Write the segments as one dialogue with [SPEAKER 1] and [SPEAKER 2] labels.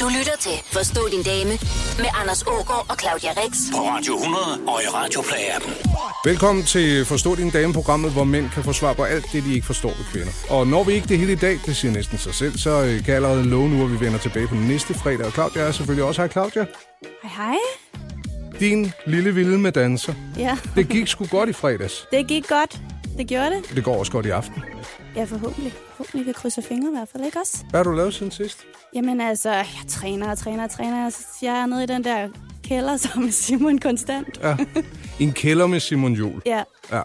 [SPEAKER 1] Du lytter til Forstå din dame med Anders Ågaard og Claudia Rex.
[SPEAKER 2] På Radio 100 og i Radioplay-appen.
[SPEAKER 3] Velkommen til Forstå din dame-programmet, hvor mænd kan få svar på alt det, de ikke forstår ved kvinder. Og når vi ikke det hele i dag, det siger næsten sig selv, så øh, kan jeg allerede love nu, at vi vender tilbage på næste fredag. Og Claudia er selvfølgelig også her. Claudia,
[SPEAKER 4] Hej, hej.
[SPEAKER 3] din lille vilde med danser.
[SPEAKER 4] Ja,
[SPEAKER 3] Det gik sgu godt i fredags.
[SPEAKER 4] det gik godt. Det gjorde det.
[SPEAKER 3] Det går også godt i aften.
[SPEAKER 4] Ja, forhåbentlig. Forhåbentlig vi krydser fingre i hvert fald, ikke også?
[SPEAKER 3] Hvad har du lavet siden sidst?
[SPEAKER 4] Jamen altså, jeg træner og træner og træner. Jeg synes, Jeg er nede i den der kælder sammen med Simon konstant.
[SPEAKER 3] Ja. En kælder med Simon Jul.
[SPEAKER 4] Ja,
[SPEAKER 3] Ja.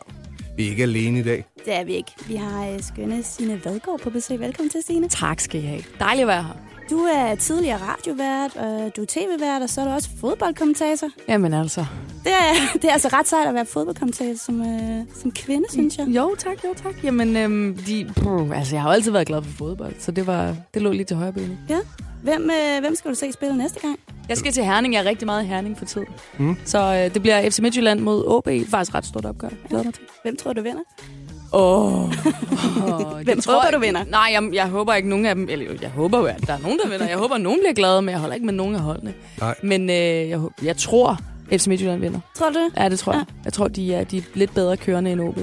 [SPEAKER 3] Vi er ikke alene i dag.
[SPEAKER 4] det er vi ikke. Vi har øh, skønne Signe Vadgaard på besøg. Velkommen til, Signe.
[SPEAKER 5] Tak skal I have. Dejligt at være her.
[SPEAKER 4] Du er tidligere radiovært, og du er tv-vært, og så er du også fodboldkommentator.
[SPEAKER 5] Jamen altså.
[SPEAKER 4] Det er, det er altså ret sejt at være fodboldkommentator som, øh, som kvinde, synes jeg.
[SPEAKER 5] Jo tak, jo tak. Jamen, øhm, de, puh, altså, jeg har jo altid været glad for fodbold, så det, var, det lå lige til højre benet.
[SPEAKER 4] Ja. Hvem, øh, hvem skal du se spille næste gang?
[SPEAKER 5] Jeg skal til Herning. Jeg er rigtig meget i Herning for tiden. Mm. Så øh, det bliver FC Midtjylland mod OB. Faktisk ret stort opgør. Jeg glæder mig til.
[SPEAKER 4] Hvem tror du vinder?
[SPEAKER 5] Åh. Oh.
[SPEAKER 4] Hvem håber du vinder?
[SPEAKER 5] Nej, jeg, jeg håber ikke nogen af dem. Eller jo, jeg håber jo, at der er nogen, der vinder. Jeg håber, at nogen bliver glade, men jeg holder ikke med nogen af holdene.
[SPEAKER 3] Nej.
[SPEAKER 5] Men øh, jeg, håber- jeg tror, FC Midtjylland vinder.
[SPEAKER 4] Tror du det?
[SPEAKER 5] Ja, det tror
[SPEAKER 4] Ja.
[SPEAKER 5] jeg. Jeg tror, de er, de er lidt bedre kørende end OB.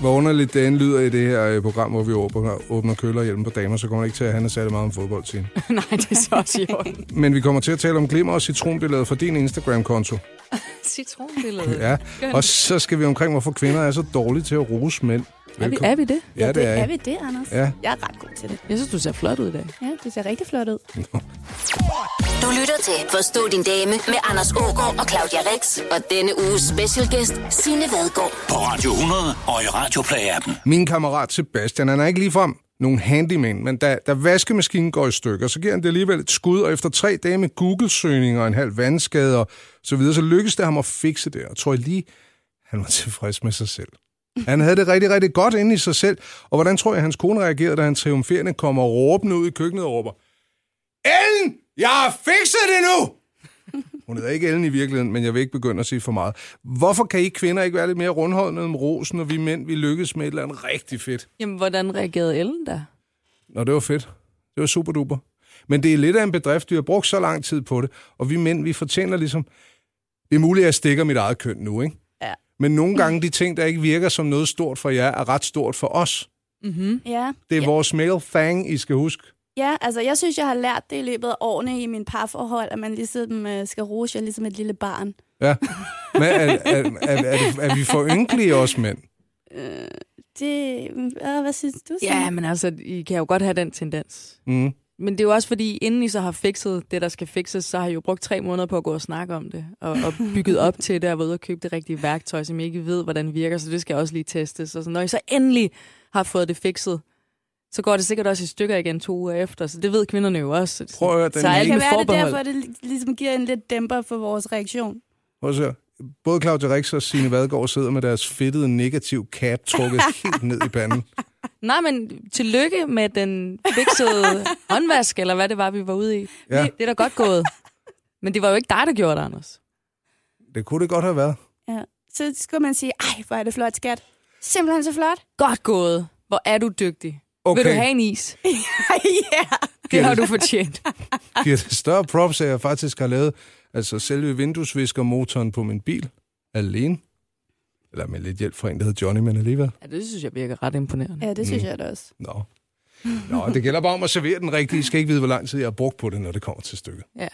[SPEAKER 3] Hvor underligt dagen lyder i det her øh, program, hvor vi åbner, åbner kølerhjelmen på damer, så kommer det ikke til at handle særlig meget om fodbold, Signe.
[SPEAKER 5] Nej, det er så også i orden.
[SPEAKER 3] Men vi kommer til at tale om glimmer og citronbilleder fra din Instagram-konto.
[SPEAKER 5] Citronbillede.
[SPEAKER 3] Ja, og så skal vi omkring, hvorfor kvinder er så dårlige til at rose mænd.
[SPEAKER 5] Er vi, er vi det?
[SPEAKER 3] Ja, det er
[SPEAKER 4] Er
[SPEAKER 3] I.
[SPEAKER 4] vi det, Anders?
[SPEAKER 3] Ja.
[SPEAKER 4] Jeg er ret god til det.
[SPEAKER 5] Jeg synes, du ser flot ud i dag.
[SPEAKER 4] Ja, det ser rigtig flot ud.
[SPEAKER 1] Du lytter til Forstå din dame med Anders Ågaard og Claudia Rex. Og denne uges specialgæst, Signe Vadgaard.
[SPEAKER 2] På Radio 100 og i Radioplay-appen.
[SPEAKER 3] Min kammerat Sebastian, han er ikke ligefrem nogen handyman, men da, da vaskemaskinen går i stykker, så giver han det alligevel et skud, og efter tre dage med Google-søgninger og en halv vandskade og så videre, så lykkedes det ham at fikse det, og tror jeg lige, han var tilfreds med sig selv. Han havde det rigtig, rigtig godt inde i sig selv, og hvordan tror jeg, hans kone reagerede, da han triumferende kommer råbende ud i køkkenet og råber, Ellen, jeg har fikset det nu! Hun hedder ikke Ellen i virkeligheden, men jeg vil ikke begynde at sige for meget. Hvorfor kan I kvinder ikke være lidt mere rundholdende om rosen, når vi mænd, vi lykkes med et eller andet rigtig fedt?
[SPEAKER 5] Jamen, hvordan reagerede Ellen da?
[SPEAKER 3] Nå, det var fedt. Det var super duper. Men det er lidt af en bedrift, vi har brugt så lang tid på det, og vi mænd, vi fortjener ligesom... Det er muligt, at jeg stikker mit eget køn nu, ikke?
[SPEAKER 4] Ja.
[SPEAKER 3] Men nogle gange, de ting, der ikke virker som noget stort for jer, er ret stort for os. Mm.
[SPEAKER 4] Ja.
[SPEAKER 3] Det er ja. vores male thing, I skal huske.
[SPEAKER 4] ja, altså jeg synes, jeg har lært det i løbet af årene i min parforhold, at man ligesom øh, skal rose jer ligesom et lille barn.
[SPEAKER 3] Ja. Men er, er, er, er, er, er vi for ynkelige, os mænd?
[SPEAKER 4] Øh, Det, øh, hvad synes du? Signe?
[SPEAKER 5] Ja, men altså, I kan jo godt have den tendens.
[SPEAKER 3] Mm.
[SPEAKER 5] Men det er jo også fordi, inden I så har fikset det, der skal fikses, så har I jo brugt tre måneder på at gå og snakke om det, og, og bygget op til det, og været ude og købe det rigtige værktøj, som I ikke ved, hvordan virker, så det skal også lige testes. Og så når I så endelig har fået det fikset, så går det sikkert også i stykker igen to uger efter, så det ved kvinderne jo også. Så-
[SPEAKER 3] Prøv at høre, den
[SPEAKER 5] så er
[SPEAKER 3] ene-
[SPEAKER 5] alt
[SPEAKER 4] kan
[SPEAKER 5] med
[SPEAKER 4] være det
[SPEAKER 5] forbehold.
[SPEAKER 4] derfor, det lig- ligesom giver en lidt dæmper for vores reaktion.
[SPEAKER 3] Prøv at se. her. Både Claudia Rix og Signe Vadgaard sidder med deres fedtede negativ cap trukket helt ned i panden.
[SPEAKER 5] Nej, men tillykke med den fiksede håndvask, eller hvad det var, vi var ude i.
[SPEAKER 3] Ja.
[SPEAKER 5] Ja. Det er da godt gået. Men det var jo ikke dig, der gjorde det, Anders.
[SPEAKER 3] Det kunne det godt have været.
[SPEAKER 4] Ja. Så skulle man sige, ej, hvor er det flot, skat. Simpelthen så flot.
[SPEAKER 5] Godt gået. Hvor er du dygtig.
[SPEAKER 3] Okay.
[SPEAKER 5] Okay. Vil du have en is?
[SPEAKER 4] ja.
[SPEAKER 5] Det har du fortjent.
[SPEAKER 3] Giver det større props, at jeg faktisk har lavet altså selve vinduesviskermotoren på min bil alene. Eller med lidt hjælp fra en, der hedder Johnny, men alligevel.
[SPEAKER 5] Ja, det synes jeg virker ret imponerende.
[SPEAKER 4] Ja, det
[SPEAKER 3] Mm.
[SPEAKER 4] synes jeg da også.
[SPEAKER 3] Nå. Nå, det gælder bare om at servere den rigtige. I skal ikke vide, hvor lang tid jeg har brugt på det, når det kommer til stykket.
[SPEAKER 5] Ja.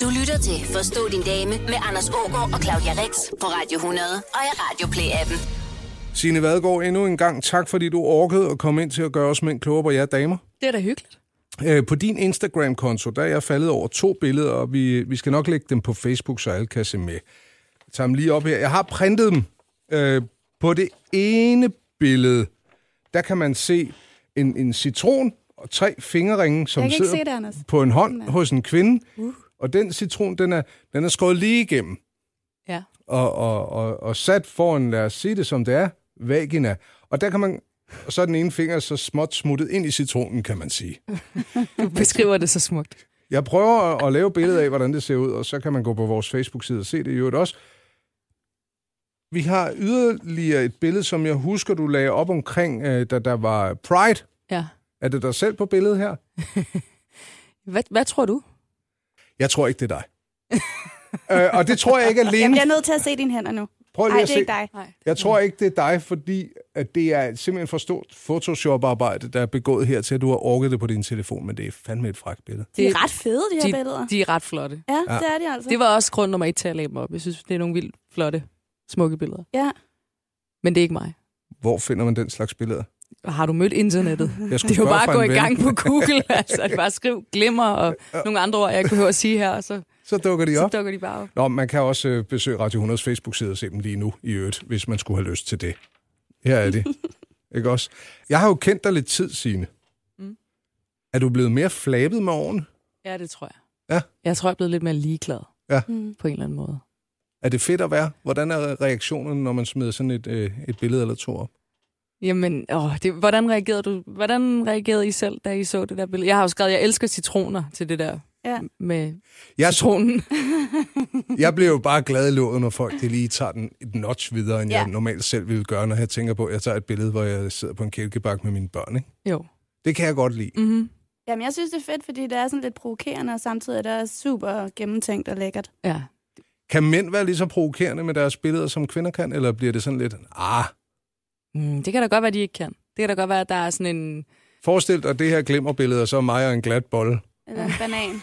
[SPEAKER 1] Du lytter til Forstå din dame med Anders Ågaard og Claudia Rex på Radio 100 og i Radio Play-appen.
[SPEAKER 3] Signe Vadgaard, endnu en gang tak, fordi du orkede at komme ind til at gøre os mænd klogere på jer damer.
[SPEAKER 5] Det er da hyggeligt.
[SPEAKER 3] Øh, På din Instagram-konto, der er jeg faldet over to billeder, og vi, vi skal nok lægge dem på Facebook, så alle kan se med. Jeg tager dem lige op her. Jeg har printet dem. Øh, På det ene billede, der kan man se en, en citron og tre fingerringe, som
[SPEAKER 4] Jeg kan ikke
[SPEAKER 3] sidder
[SPEAKER 4] se det, Anders.
[SPEAKER 3] på en hånd hos en kvinde. Uh. Og den citron, den er, den er skåret lige igennem
[SPEAKER 5] Ja.
[SPEAKER 3] og, og, og, og sat foran, lad os sige det som det er, vagina. Og der kan man... Og så er den ene finger så småt smuttet ind i citronen, kan man sige.
[SPEAKER 5] Du beskriver det så smukt.
[SPEAKER 3] Jeg prøver at, at lave billedet af, hvordan det ser ud, og så kan man gå på vores Facebook-side og se det i øvrigt også. Vi har yderligere et billede, som jeg husker, du lagde op omkring, øh, da der var Pride.
[SPEAKER 5] Ja.
[SPEAKER 3] Er det dig selv på billedet her?
[SPEAKER 5] Hvad, hvad tror du?
[SPEAKER 3] Jeg tror ikke, det er dig. øh, og det tror jeg ikke
[SPEAKER 4] Jeg
[SPEAKER 3] alene.
[SPEAKER 4] bliver nødt til at se dine hænder nu.
[SPEAKER 3] Prøv lige
[SPEAKER 4] Nej,
[SPEAKER 3] at se.
[SPEAKER 4] det er ikke dig.
[SPEAKER 5] Nej.
[SPEAKER 3] Jeg tror ikke, det er dig, fordi at det er simpelthen for stort Photoshop-arbejde, der er begået her til, at du har orket det på din telefon, men det er fandme et fragt billede.
[SPEAKER 4] De er ret fede, de her billeder.
[SPEAKER 5] de, de er ret flotte.
[SPEAKER 4] Ja, det er de altså.
[SPEAKER 5] Det var også grund nummer et til at lægge dem op. Jeg synes, det er nogle vildt flotte, smukke billeder.
[SPEAKER 4] Ja.
[SPEAKER 5] Men det er ikke mig.
[SPEAKER 3] Hvor finder man den slags billeder?
[SPEAKER 5] Har du mødt internettet?
[SPEAKER 3] Jeg skulle
[SPEAKER 5] Det er
[SPEAKER 3] spørge
[SPEAKER 5] jo bare
[SPEAKER 3] fra
[SPEAKER 5] at gå
[SPEAKER 3] en
[SPEAKER 5] i
[SPEAKER 3] ven.
[SPEAKER 5] gang på Google. Altså, bare skriv glimmer og nogle andre ord, jeg ikke behøver at sige her, og så,
[SPEAKER 3] Så dukker de
[SPEAKER 5] så
[SPEAKER 3] op.
[SPEAKER 5] dukker de bare op.
[SPEAKER 3] Nå, man kan også øh, besøge Radio 100's Facebook-side og se dem lige nu i øvrigt, hvis man skulle have lyst til det. Her er det. ikke også? Jeg har jo kendt dig lidt tid, Signe. Mm.
[SPEAKER 5] Mm.
[SPEAKER 3] Er du blevet mere flabet med årene?
[SPEAKER 5] Ja, det tror jeg.
[SPEAKER 3] Ja.
[SPEAKER 5] Jeg tror, jeg er blevet lidt mere ligeglad
[SPEAKER 4] Mm.
[SPEAKER 5] på en eller anden måde.
[SPEAKER 3] Er det fedt at være? Hvordan er reaktionen, når man smider sådan et, øh, et billede eller to op?
[SPEAKER 5] Jamen, åh, det, hvordan reagerede du? Hvordan reagerede I selv, da I så det der billede? Jeg har jo skrevet, jeg elsker citroner til det der
[SPEAKER 4] Ja.
[SPEAKER 5] med
[SPEAKER 3] Jeg,
[SPEAKER 5] citronen.
[SPEAKER 3] jeg bliver jo bare glad i låget, når folk de lige tager den et notch videre, end ja.
[SPEAKER 4] Ja.
[SPEAKER 3] jeg normalt selv ville gøre, når jeg tænker på, at jeg tager et billede, hvor jeg sidder på en kælkebak med mine børn. Ikke?
[SPEAKER 5] Jo.
[SPEAKER 3] Det kan jeg godt lide.
[SPEAKER 5] Mm-hmm.
[SPEAKER 4] Jamen, jeg synes, det er fedt, fordi det er sådan lidt provokerende, og samtidig er det også super gennemtænkt og lækkert.
[SPEAKER 5] Ja.
[SPEAKER 3] Kan mænd være lige så provokerende med deres billeder, som kvinder kan, eller bliver det sådan lidt, ah,
[SPEAKER 5] Mm, det kan da godt være, de ikke kan. Det kan da godt være, at der er sådan en...
[SPEAKER 3] Forestil dig det her glimmerbillede, og så mig og en glat bold.
[SPEAKER 4] Eller en banan.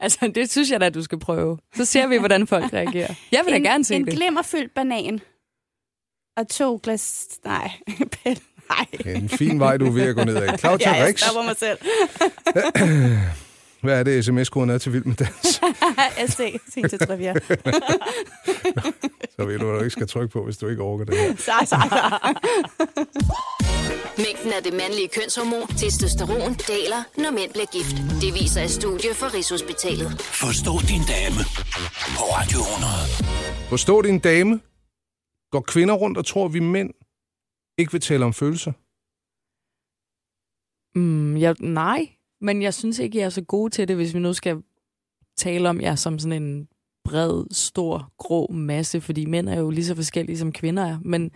[SPEAKER 5] Altså, det synes jeg da, du skal prøve. Så ser vi, hvordan folk reagerer. Jeg vil da
[SPEAKER 4] en,
[SPEAKER 5] gerne se
[SPEAKER 4] en
[SPEAKER 5] det.
[SPEAKER 4] glimmerfyldt banan. Og to glas... Nej, pille. Nej.
[SPEAKER 3] En fin vej, du er ved at gå ned ad. Claudia
[SPEAKER 4] Ja, jeg
[SPEAKER 3] Rix,
[SPEAKER 4] stopper mig selv.
[SPEAKER 3] hvad er det, sms-koden er til Vild med Dans?
[SPEAKER 4] SC, sig til trivia.
[SPEAKER 3] Så ved du, hvad du ikke skal trykke på, hvis du ikke orker det her.
[SPEAKER 4] Så, så, så.
[SPEAKER 1] Mængden af det mandlige kønshormon, testosteron, daler, når mænd bliver gift. Det viser et studie fra Rigshospitalet.
[SPEAKER 2] Forstå din dame på Radio 100.
[SPEAKER 3] Forstå din dame. Går kvinder rundt og tror, vi mænd ikke vil tale om følelser?
[SPEAKER 5] Mm, jeg, nej, men jeg synes ikke, jeg er så god til det, hvis vi nu skal tale om jer som sådan en bred, stor, grå masse, fordi mænd er jo lige så forskellige, som kvinder er. Men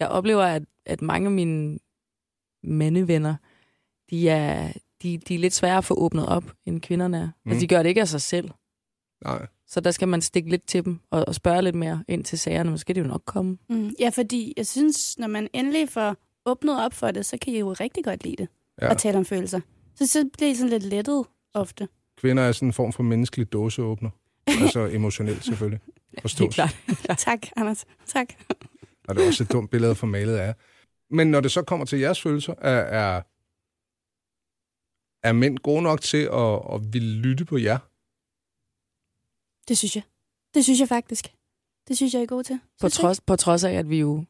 [SPEAKER 5] jeg oplever, at, at mange af mine mændevenner, de er, de, de er lidt svære at få åbnet op, end kvinderne er. Mm.
[SPEAKER 3] Mm.
[SPEAKER 5] Altså, de gør det ikke af sig selv.
[SPEAKER 3] Nej.
[SPEAKER 5] Så der skal man stikke lidt til dem og, og spørge lidt mere ind til sagerne. Måske det jo nok komme.
[SPEAKER 4] Mm, ja, fordi jeg synes, når man endelig får åbnet op for det, så kan I jo rigtig godt lide det.
[SPEAKER 3] Ja.
[SPEAKER 4] Ja. At tale om følelser. Så, så bliver I sådan lidt lettet ofte.
[SPEAKER 3] Kvinder er sådan en form for menneskelig dåseåbner. Altså emotionelt selvfølgelig.
[SPEAKER 5] Helt
[SPEAKER 3] Forstås.
[SPEAKER 5] klart.
[SPEAKER 4] Tak, Anders. Tak.
[SPEAKER 3] Og det er også et dumt billede for malet af. Men når det så kommer til jeres følelser, er, er, er mænd gode nok til at, at ville lytte på jer?
[SPEAKER 4] Det synes jeg. Det synes jeg faktisk. Det synes jeg er god til.
[SPEAKER 5] På
[SPEAKER 4] Synes jeg
[SPEAKER 5] trods, på trods af, at vi jo...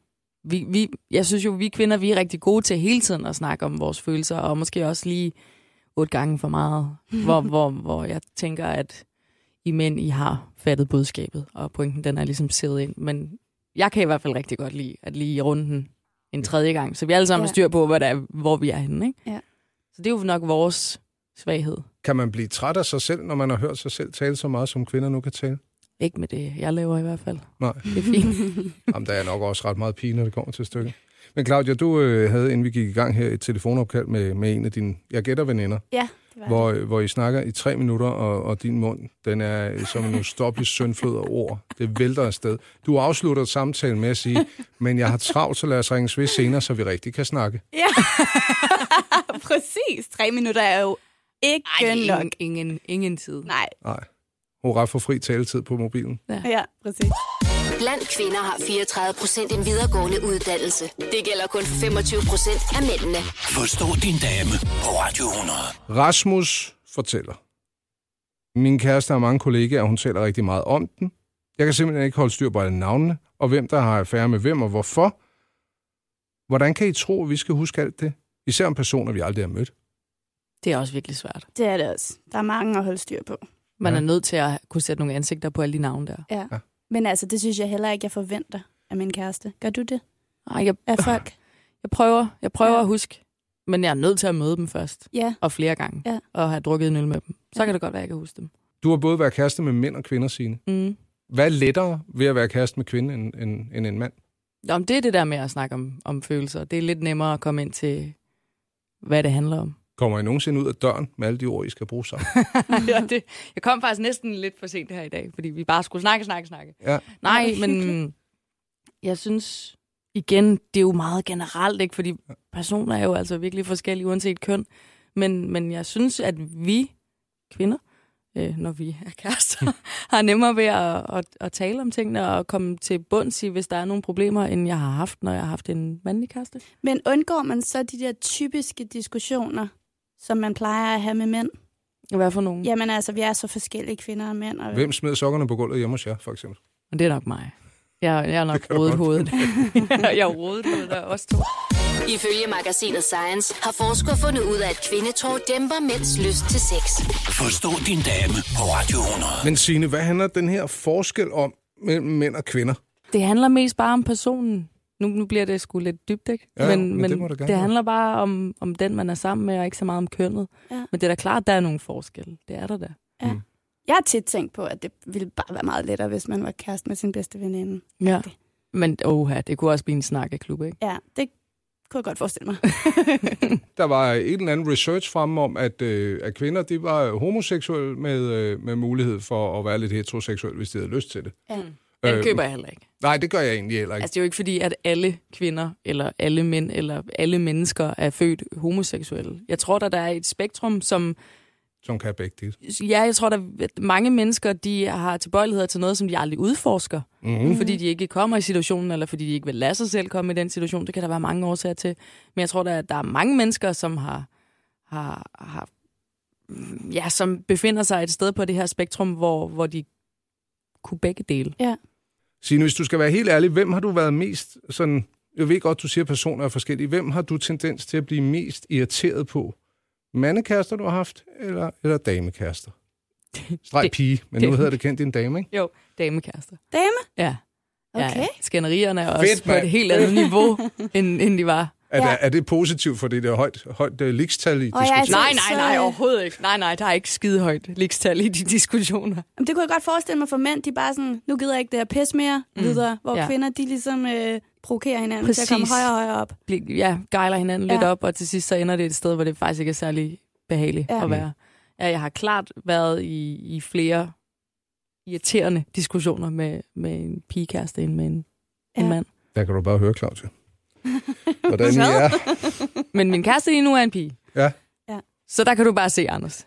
[SPEAKER 5] Vi, vi, jeg synes jo, vi kvinder, vi er rigtig gode til hele tiden at snakke om vores følelser, og måske også lige otte gange for meget, hvor, hvor, hvor jeg tænker, at I mænd, I har fattet budskabet, og pointen, den er ligesom siddet ind. Men jeg kan i hvert fald rigtig godt lide, at lige i runden en tredje gang, så vi alle sammen
[SPEAKER 4] Ja.
[SPEAKER 5] har styr på, hvad der er, hvor vi er henne. Ikke?
[SPEAKER 4] Ja.
[SPEAKER 5] Så det er jo nok vores svaghed.
[SPEAKER 3] Kan man blive træt af sig selv, når man har hørt sig selv tale så meget, som kvinder nu kan tale?
[SPEAKER 5] Ikke med det, jeg laver i hvert fald.
[SPEAKER 3] Nej,
[SPEAKER 5] Det er fint.
[SPEAKER 3] Jamen, der er nok også ret meget pige, når det kommer til stykket. Men Claudia, du øh, havde, inden vi gik i gang her, et telefonopkald med, med en af dine, jeg gætter veninder,
[SPEAKER 4] Ja, det var
[SPEAKER 3] hvor, øh, hvor I snakker i tre minutter, og, og din mund, den er øh, som en ustoppelig søndflod af ord. Det vælter afsted. Du afslutter samtalen med at sige, men jeg har travlt, så lad os ringes ved senere, så vi rigtig kan snakke.
[SPEAKER 4] det. Ja. Præcis. Tre minutter er jo ikke
[SPEAKER 5] Ej, det er
[SPEAKER 4] nok.
[SPEAKER 5] ingen, ingen, ingen tid.
[SPEAKER 4] Nej,
[SPEAKER 3] Nej. Hurra for fri taletid på mobilen.
[SPEAKER 4] ja, præcis.
[SPEAKER 1] Blandt kvinder har 34 procent en videregående uddannelse. Det gælder kun for 25 procent af mændene.
[SPEAKER 2] Forstå din dame på Radio 100.
[SPEAKER 3] Rasmus fortæller. Min kæreste har mange kollegaer, og hun taler rigtig meget om den. Jeg kan simpelthen ikke holde styr på alle navnene, og hvem der har affære med hvem og hvorfor. Hvordan kan I tro, at vi skal huske alt det? Især om personer, vi aldrig har mødt.
[SPEAKER 5] Det er også virkelig svært.
[SPEAKER 4] Det er det også. Der er mange at holde styr på.
[SPEAKER 5] Man
[SPEAKER 3] Ja.
[SPEAKER 5] ja. er nødt til at kunne sætte nogle ansigter på alle de navne der.
[SPEAKER 4] Ja.
[SPEAKER 3] Ja.
[SPEAKER 4] ja. Men altså, det synes jeg heller ikke, jeg forventer af min kæreste. Gør du det?
[SPEAKER 5] Ej, jeg,
[SPEAKER 4] Af folk?
[SPEAKER 5] jeg prøver, jeg prøver
[SPEAKER 4] Ja.
[SPEAKER 5] ja. at huske, men jeg er nødt til at møde dem først,
[SPEAKER 4] Ja.
[SPEAKER 5] og flere gange,
[SPEAKER 4] Ja.
[SPEAKER 5] og have drukket en øl med dem. Så
[SPEAKER 4] Ja.
[SPEAKER 5] ja. kan det godt være, at jeg kan huske dem.
[SPEAKER 3] Du har både været kæreste med mænd og kvinder, sine.
[SPEAKER 5] Mm.
[SPEAKER 3] Hvad er lettere ved at være kæreste med kvinde end, end, end en mand?
[SPEAKER 5] Nå, men det er det der med at snakke om, om følelser. Det er lidt nemmere at komme ind til, hvad det handler om.
[SPEAKER 3] Kommer I nogensinde ud af døren med alle de ord, I skal bruge sammen?
[SPEAKER 5] ja, det, jeg kom faktisk næsten lidt for sent her i dag, fordi vi bare skulle snakke, snakke, snakke.
[SPEAKER 3] Ja.
[SPEAKER 5] Nej, men jeg synes igen, det er jo meget generelt, ikke? fordi personer er jo altså virkelig forskellige, uanset køn. Men, men jeg synes, at vi kvinder, øh, når vi er kærester, har nemmere ved at, at, at tale om tingene og komme til bunds i, hvis der er nogle problemer, end jeg har haft, når jeg har haft en mandlig kæreste.
[SPEAKER 4] Men undgår man så de der typiske diskussioner, som man plejer at have med mænd?
[SPEAKER 5] Hvad for nogen? Ja.
[SPEAKER 4] Jamen altså, vi er så forskellige kvinder og mænd. Og...
[SPEAKER 3] Hvem smed sokkerne på gulvet hjemme hos jer, for eksempel?
[SPEAKER 5] Det er nok mig. Jeg, jeg er nok
[SPEAKER 3] kan du
[SPEAKER 5] rodet
[SPEAKER 3] godt.
[SPEAKER 5] hovedet. jeg er rodet hovedet, og også to.
[SPEAKER 1] Ifølge magasinet Science har forskere fundet ud af, at kvindetår dæmper mænds lyst til sex.
[SPEAKER 2] Forstå din dame på Radio 100.
[SPEAKER 3] Men Signe, hvad handler den her forskel om mellem mænd og kvinder?
[SPEAKER 5] Det handler mest bare om personen. Nu, nu bliver det sgu lidt dybt, ikke?
[SPEAKER 3] Ja, men det må det gerne
[SPEAKER 5] det
[SPEAKER 3] være.
[SPEAKER 5] handler bare om, om den, man er sammen med, og ikke så meget om kønnet.
[SPEAKER 4] Ja.
[SPEAKER 5] Men det er da klart, der er nogle forskelle. Det er der da.
[SPEAKER 4] Jeg har tit tænkt på, at det ville bare være meget lettere, hvis man var kæreste med sin bedste veninde.
[SPEAKER 5] Ja. Men oha, det kunne også blive en snakkeklub, ikke?
[SPEAKER 4] Ja, det kunne jeg godt forestille mig.
[SPEAKER 3] Der var en eller anden research frem om, at, øh, at kvinder de var homoseksuelle med, øh, med mulighed for at være lidt heteroseksuel, hvis de havde lyst til det. Øh,
[SPEAKER 4] Ja.
[SPEAKER 5] Den køber jeg heller ikke.
[SPEAKER 3] Nej, det gør jeg egentlig heller ikke.
[SPEAKER 5] Altså, det er jo ikke fordi, at alle kvinder, eller alle mænd, eller alle mennesker er født homoseksuelle. Jeg tror, der, der er et spektrum, som Altså-
[SPEAKER 3] Som kan begge dele.
[SPEAKER 5] ja, jeg tror, at mange mennesker de har tilbøjeligheder til noget, som de aldrig udforsker.
[SPEAKER 3] Mhm.
[SPEAKER 5] Mm. Fordi de ikke kommer i situationen, eller fordi de ikke vil lade sig selv komme i den situation. Det kan der være mange årsager til. Men jeg tror, der, der er mange mennesker, som har, har, har mm, ja, som befinder sig et sted på det her spektrum, hvor, hvor de kunne begge dele.
[SPEAKER 3] Signe, hvis du skal være helt ærlig, hvem har du været mest sådan... Jeg ved godt, du siger, at personer er forskellige. Hvem har du tendens til at blive mest irriteret på? Mandekærester, du har haft, eller, eller damekærester? Streg
[SPEAKER 5] det-
[SPEAKER 3] pige, men
[SPEAKER 5] det-
[SPEAKER 3] nu hedder det kendt din dame, ikke?
[SPEAKER 5] Jo, damekærester.
[SPEAKER 4] Dame?
[SPEAKER 5] Ja. Ja,
[SPEAKER 4] Okay.
[SPEAKER 5] Ja, skænderierne er også
[SPEAKER 3] Fedt,
[SPEAKER 5] på et
[SPEAKER 3] mand.
[SPEAKER 5] helt andet niveau, end, end de var
[SPEAKER 3] Er, ja.
[SPEAKER 4] Ja.
[SPEAKER 3] det, er det positivt for det der højt, højt uh, ligstal i
[SPEAKER 4] Åh, jeg er
[SPEAKER 3] diskuterer?
[SPEAKER 5] Nej,
[SPEAKER 4] Altså, Så-
[SPEAKER 5] nej,
[SPEAKER 4] så-
[SPEAKER 5] nej, overhovedet ikke. Nej, nej, der er ikke skide højt ligstal i de diskussioner.
[SPEAKER 4] Jamen, det kunne jeg godt forestille mig for mænd. De er bare sådan, nu gider jeg ikke det her pis mere, mm. videre. Hvor
[SPEAKER 5] Ja.
[SPEAKER 4] ja. kvinder, de ligesom øh, provokerer hinanden Præcis. til at
[SPEAKER 5] Præcis.
[SPEAKER 4] komme højere og højere op.
[SPEAKER 5] bli- ja, gejler hinanden ja. lidt
[SPEAKER 4] Ja.
[SPEAKER 5] op, og til sidst så ender det et sted, hvor det faktisk ikke er særlig behageligt ja.
[SPEAKER 4] Ja.
[SPEAKER 5] at være. Ja, jeg har klart været i, i flere irriterende diskussioner med, med en pigekæreste end med en, ja. en
[SPEAKER 4] Ja.
[SPEAKER 5] mand.
[SPEAKER 3] Der kan du bare høre, Claudia. Hvordan I er.
[SPEAKER 5] Men min kæreste lige nu er en pige.
[SPEAKER 3] Ja.
[SPEAKER 4] Ja.
[SPEAKER 5] Så der kan du bare se, Anders.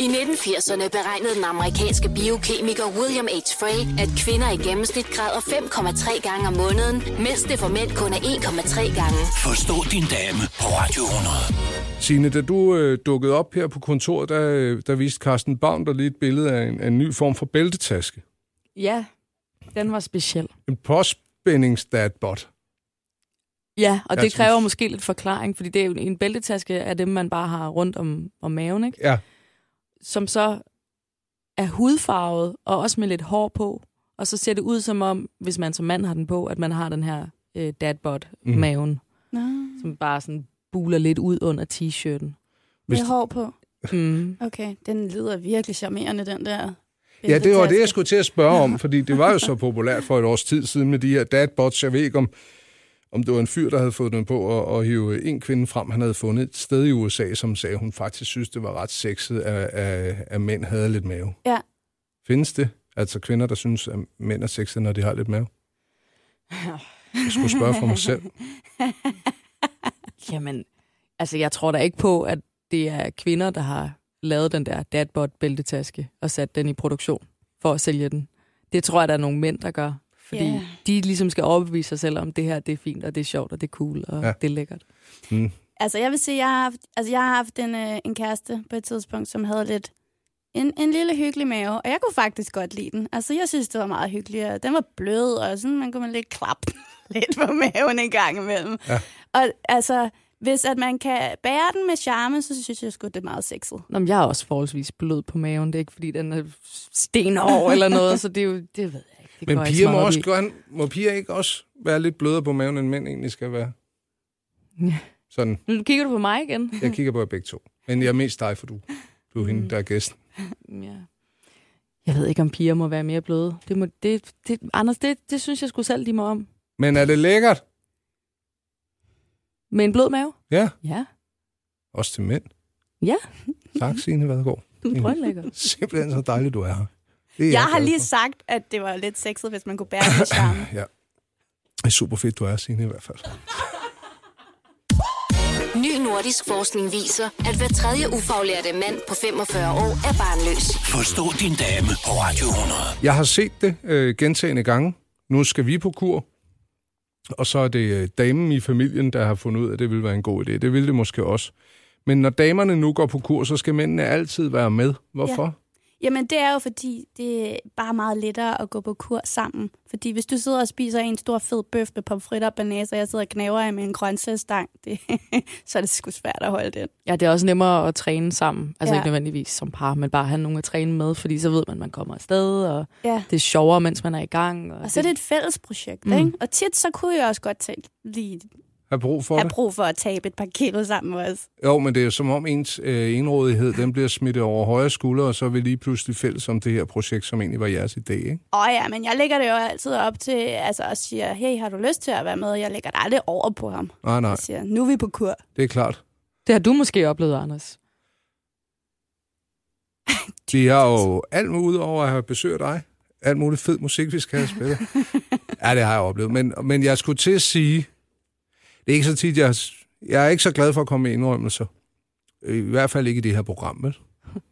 [SPEAKER 1] I 1980'erne beregnede den amerikanske biokemiker William H. Frey, at kvinder i gennemsnit græder 5,3 gange om måneden, mens det for mænd kun er 1,3 gange.
[SPEAKER 2] Forstå din dame på Radio 100.
[SPEAKER 3] Signe, da du øh, dukkede op her på kontoret, der, øh, der viste Carsten Baum der lige et billede af en, af en ny form for bæltetaske.
[SPEAKER 5] Ja, den var speciel.
[SPEAKER 3] En påspændingsdatbot.
[SPEAKER 5] Ja, og
[SPEAKER 3] Jeg
[SPEAKER 5] det kræver
[SPEAKER 3] synes-
[SPEAKER 5] måske lidt forklaring, fordi det er jo en bæltetaske af dem, man bare har rundt om, om maven, ikke?
[SPEAKER 3] Ja.
[SPEAKER 5] som så er hudfarvet og også med lidt hår på. Og så ser det ud som om, hvis man som mand har den på, at man har den her øh, dadbot-maven, mm.
[SPEAKER 4] Nå,
[SPEAKER 5] som bare sådan buler lidt ud under t-shirten.
[SPEAKER 3] Hvis
[SPEAKER 4] Hvis med hår på.
[SPEAKER 5] Mm.
[SPEAKER 4] Okay, den lyder virkelig charmerende, den der.
[SPEAKER 3] Ja, det var det, jeg
[SPEAKER 4] bæltetaske.
[SPEAKER 3] skulle til at spørge om, fordi det var jo så populært for et års tid siden med de her datbots. Jeg ved ikke, om, om det var en fyr, der havde fået den på og, og hive en kvinde frem, han havde fundet et sted i USA, som sagde, hun faktisk synes, det var ret sexet, at, at, at mænd havde lidt mave.
[SPEAKER 4] Ja.
[SPEAKER 3] Findes det? Altså kvinder, der synes, at mænd er sexede, når de har lidt mave? Jeg skulle spørge for mig selv.
[SPEAKER 5] Jamen, altså jeg tror da ikke på, at det er kvinder, der har lavet den der dadbot-bæltetaske og sat den i produktion for at sælge den. Det tror jeg, der er nogle mænd, der gør. Fordi
[SPEAKER 4] Ja.
[SPEAKER 5] yeah. de ligesom skal overbevise sig selv om, det her det er fint, og det er sjovt, og det er cool, og
[SPEAKER 3] Ja.
[SPEAKER 5] ja. det er lækkert.
[SPEAKER 4] Altså, jeg vil sige, jeg har haft, altså, jeg har haft en, øh, en kæreste på et tidspunkt, som havde lidt en, en lille hyggelig mave, og jeg kunne faktisk godt lide den. Altså, jeg synes, det var meget hyggeligt, og den var blød, og sådan, man kunne man lidt klappe lidt på maven en gang imellem. Ja. Og altså, hvis at man kan bære den med charme, så synes jeg sgu, det er meget sexet.
[SPEAKER 5] Nå, men jeg er også forholdsvis blød på maven. Det er ikke, fordi den er stenhård eller noget, så det er jo, det ved jeg ikke. Det
[SPEAKER 3] Men
[SPEAKER 5] går jeg ikke så
[SPEAKER 3] piger må,
[SPEAKER 5] meget op
[SPEAKER 3] også
[SPEAKER 5] i.
[SPEAKER 3] gøre, må piger ikke også være lidt blødere på maven, end mænd egentlig skal være?
[SPEAKER 5] Ja.
[SPEAKER 3] Sådan,
[SPEAKER 5] Nu kigger du på mig igen.
[SPEAKER 3] jeg kigger på jer begge to. Men jeg er mest dig, for du, du er hende, der er gæsten.
[SPEAKER 5] Mm, Ja. Jeg ved ikke, om piger må være mere bløde. Det må, det, det, Anders, det, det synes jeg skulle selv, de må om.
[SPEAKER 3] Men er det lækkert?
[SPEAKER 5] Med en blød mave?
[SPEAKER 3] Ja,
[SPEAKER 5] Ja.
[SPEAKER 3] også til mænd.
[SPEAKER 5] Ja,
[SPEAKER 3] Tak, Signe Vadegaard.
[SPEAKER 5] du er en drønlægger.
[SPEAKER 3] Simpelthen så dejligt, du er her. Det er
[SPEAKER 4] Jeg har
[SPEAKER 3] glad
[SPEAKER 4] lige
[SPEAKER 3] for.
[SPEAKER 4] sagt, at det var lidt sexet, hvis man kunne bære det med charme.
[SPEAKER 3] Ja. Det er super fedt, du er, Signe, i hvert fald.
[SPEAKER 1] Ny nordisk forskning viser, at hver tredje ufaglærte mand på 45 år er barnløs.
[SPEAKER 2] Forstå din dame på Radio 100.
[SPEAKER 3] Jeg har set det øh, gentagende gange. Nu skal vi på kur. Og så er det øh, damen i familien, der har fundet ud af, at det ville være en god idé. Det ville det måske også. Men når damerne nu går på kur, så skal mændene altid være med. Hvorfor? Ja.
[SPEAKER 4] Jamen, det er jo, fordi det er bare meget lettere at gå på kur sammen. Fordi hvis du sidder og spiser en stor fed bøf med pomfritter og banase, og jeg sidder og knaver af med en grøntsagsstang, det, så er det sgu svært at holde den.
[SPEAKER 5] Ja, det er også nemmere at træne sammen. Altså ja.
[SPEAKER 4] Ja.
[SPEAKER 5] ikke nødvendigvis som par, men bare have nogen at træne med, fordi så ved man, at man kommer afsted, og
[SPEAKER 4] Ja.
[SPEAKER 5] det er sjovere, mens man er i gang.
[SPEAKER 4] Og så er det et fælles projekt, mm. ikke? Og tit så kunne jeg også godt tage, lige
[SPEAKER 3] Har brug for
[SPEAKER 4] have
[SPEAKER 3] det?
[SPEAKER 4] brug for at tabe et par kilo sammen med os.
[SPEAKER 3] Jo, men det er som om ens øh, enrådighed, den bliver smidt over højre skulder, og så er vi lige pludselig fælles om det her projekt, som egentlig var jeres idé, ikke?
[SPEAKER 4] Åh ja, men jeg lægger det jo altid op til, altså og siger, hey, har du lyst til at være med? Jeg lægger det aldrig over på ham.
[SPEAKER 3] Nej, nej,
[SPEAKER 4] Jeg siger, nu er vi på kur.
[SPEAKER 3] det er klart.
[SPEAKER 5] det har du måske oplevet, Anders.
[SPEAKER 3] De har jo alt muligt ud over at have besøgt dig. Alt muligt fed musik, vi skal have spillet. ja, det har jeg oplevet. Men, men jeg skulle til at sige, det er ikke så tit, jeg, jeg er ikke så glad for at komme med indrømmelser. I hvert fald ikke i det her program, vel?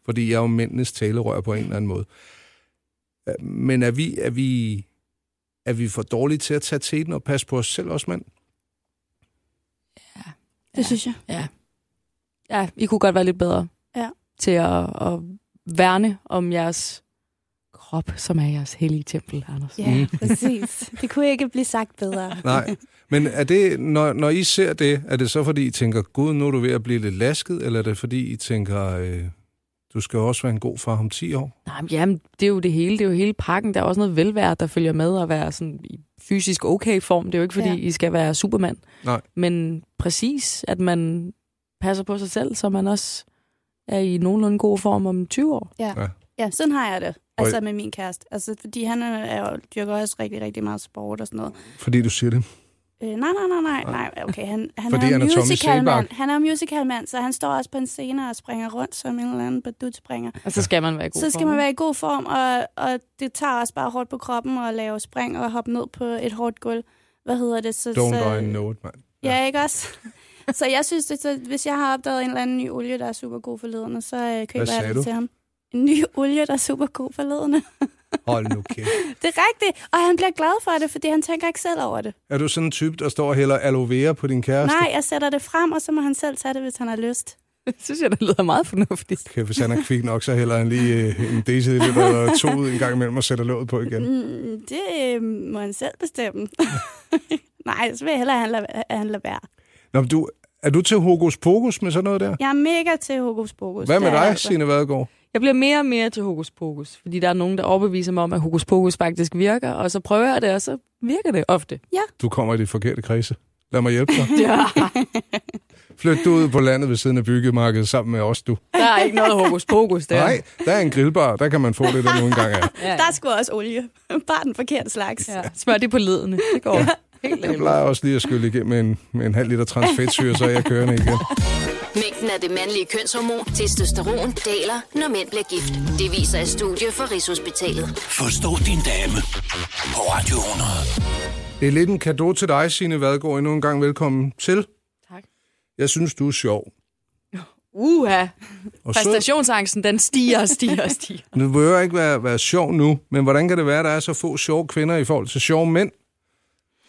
[SPEAKER 3] Fordi jeg er jo mændenes talerør på en eller anden måde. Øh, Men er vi, er vi, er vi for dårlige til at tage teten og passe på os selv også, mand?
[SPEAKER 4] Det ja. synes jeg.
[SPEAKER 5] Ja. Ja, I kunne godt være lidt bedre
[SPEAKER 4] Ja.
[SPEAKER 5] til at, at værne om jeres krop, som er jeres hellige tempel, Anders.
[SPEAKER 4] Ja, mm. præcis. Det kunne ikke blive sagt bedre.
[SPEAKER 3] Nej. Men er det, når, når I ser det, er det så fordi I tænker, gud, nu er du ved at blive lidt lasket, eller er det fordi I tænker, øh, du skal jo også være en god far om 10 år?
[SPEAKER 5] Nej, men jamen, det er jo det hele. Det er jo hele pakken. Der er også noget velvære, der følger med at være sådan i fysisk okay form. Det er jo ikke, fordi ja.
[SPEAKER 4] Ja.
[SPEAKER 5] I skal være supermand.
[SPEAKER 3] Nej.
[SPEAKER 5] Men præcis, at man passer på sig selv, så man også er i nogenlunde god form om 20 år.
[SPEAKER 4] Ja, sådan har jeg det. Altså med min kæreste. Altså, fordi han er, er jo, dyrker også rigtig, rigtig meget sport og sådan noget.
[SPEAKER 3] Fordi du siger det.
[SPEAKER 4] Øh, nej, nej, nej, nej, nej. Okay, han, han
[SPEAKER 3] Ah. Fordi
[SPEAKER 4] er,
[SPEAKER 3] han er Tommy
[SPEAKER 4] musicalmand.
[SPEAKER 3] Sebak.
[SPEAKER 4] Han er musicalmand, så han står også på en scene og springer rundt som en eller anden badutspringer.
[SPEAKER 5] Og så Altså, skal man være i god
[SPEAKER 4] Så skal
[SPEAKER 5] form.
[SPEAKER 4] man være i god form, og, og det tager også bare hårdt på kroppen at lave spring og hoppe ned på et hårdt gulv. Hvad hedder det? Så,
[SPEAKER 3] Don't
[SPEAKER 4] så,
[SPEAKER 3] I know it, mand.
[SPEAKER 4] Ja, ikke også? så jeg synes, det, så, hvis jeg har opdaget en eller anden ny olie, der er super god for lederne, så øh, køber
[SPEAKER 3] sagde
[SPEAKER 4] jeg
[SPEAKER 3] du?
[SPEAKER 4] det til ham. En ny olie, der er super god for lederne.
[SPEAKER 3] Hold nu kæft.
[SPEAKER 4] Det er rigtigt, og han bliver glad for det, fordi han tænker ikke selv over det.
[SPEAKER 3] Er du sådan en type, der står og hælder aloe vera på din kæreste?
[SPEAKER 4] Nej, jeg sætter det frem, og så må han selv tage det, hvis han har lyst.
[SPEAKER 5] Det synes jeg, det lyder meget fornuftigt.
[SPEAKER 3] Kæft, hvis han er kvik nok, så hælder han lige øh, en deciliter eller to ud en gang imellem og sætter låget på igen.
[SPEAKER 4] Mm, Det øh, må han selv bestemme. Nej, så vil jeg hellere, at han lader, at han lader være.
[SPEAKER 3] Nå, men du, er du til hokus pokus med sådan noget der?
[SPEAKER 4] Jeg er mega til hokus pokus.
[SPEAKER 3] Hvad med
[SPEAKER 4] Det er jeg
[SPEAKER 3] dig,
[SPEAKER 4] altså.
[SPEAKER 3] Signe Vadegaard?
[SPEAKER 5] Jeg bliver mere og mere til hokus pokus, fordi der er nogen, der overbeviser mig om, at hokus pokus faktisk virker, og så prøver jeg det, og så virker det ofte.
[SPEAKER 3] Du kommer i de forkerte kredse. Lad mig hjælpe dig.
[SPEAKER 5] Ja.
[SPEAKER 3] Flyt du ud på landet ved siden af byggemarkedet sammen med os, du.
[SPEAKER 5] Der er ikke noget hokus pokus der.
[SPEAKER 3] Nej, der er en grillbar, der kan man få det, der nu engang er.
[SPEAKER 5] Ja,
[SPEAKER 4] Der er sgu også olie. Bare den forkerte slags.
[SPEAKER 5] ja. Smør det på ledene. Det går. Helt
[SPEAKER 3] Jeg plejer også lige at skylle igennem med en, med en halv liter transfedtsyre, så er jeg kørende igen.
[SPEAKER 1] Mængden af det mandlige kønshormon, testosteron, daler, når mænd bliver gift. Det viser et studie fra Rigshospitalet.
[SPEAKER 2] Forstå din dame på Radio 100.
[SPEAKER 3] Det er lidt en gave til dig, Signe Vadgaard. Endnu en gang velkommen til.
[SPEAKER 5] Tak.
[SPEAKER 3] Jeg synes, du er sjov.
[SPEAKER 5] Uha.
[SPEAKER 3] Og så,
[SPEAKER 5] Præstationsangsten, den stiger og stiger og stiger.
[SPEAKER 3] du behøver ikke være, være sjov nu, men hvordan kan det være, at der er så få sjove kvinder i forhold til sjove mænd?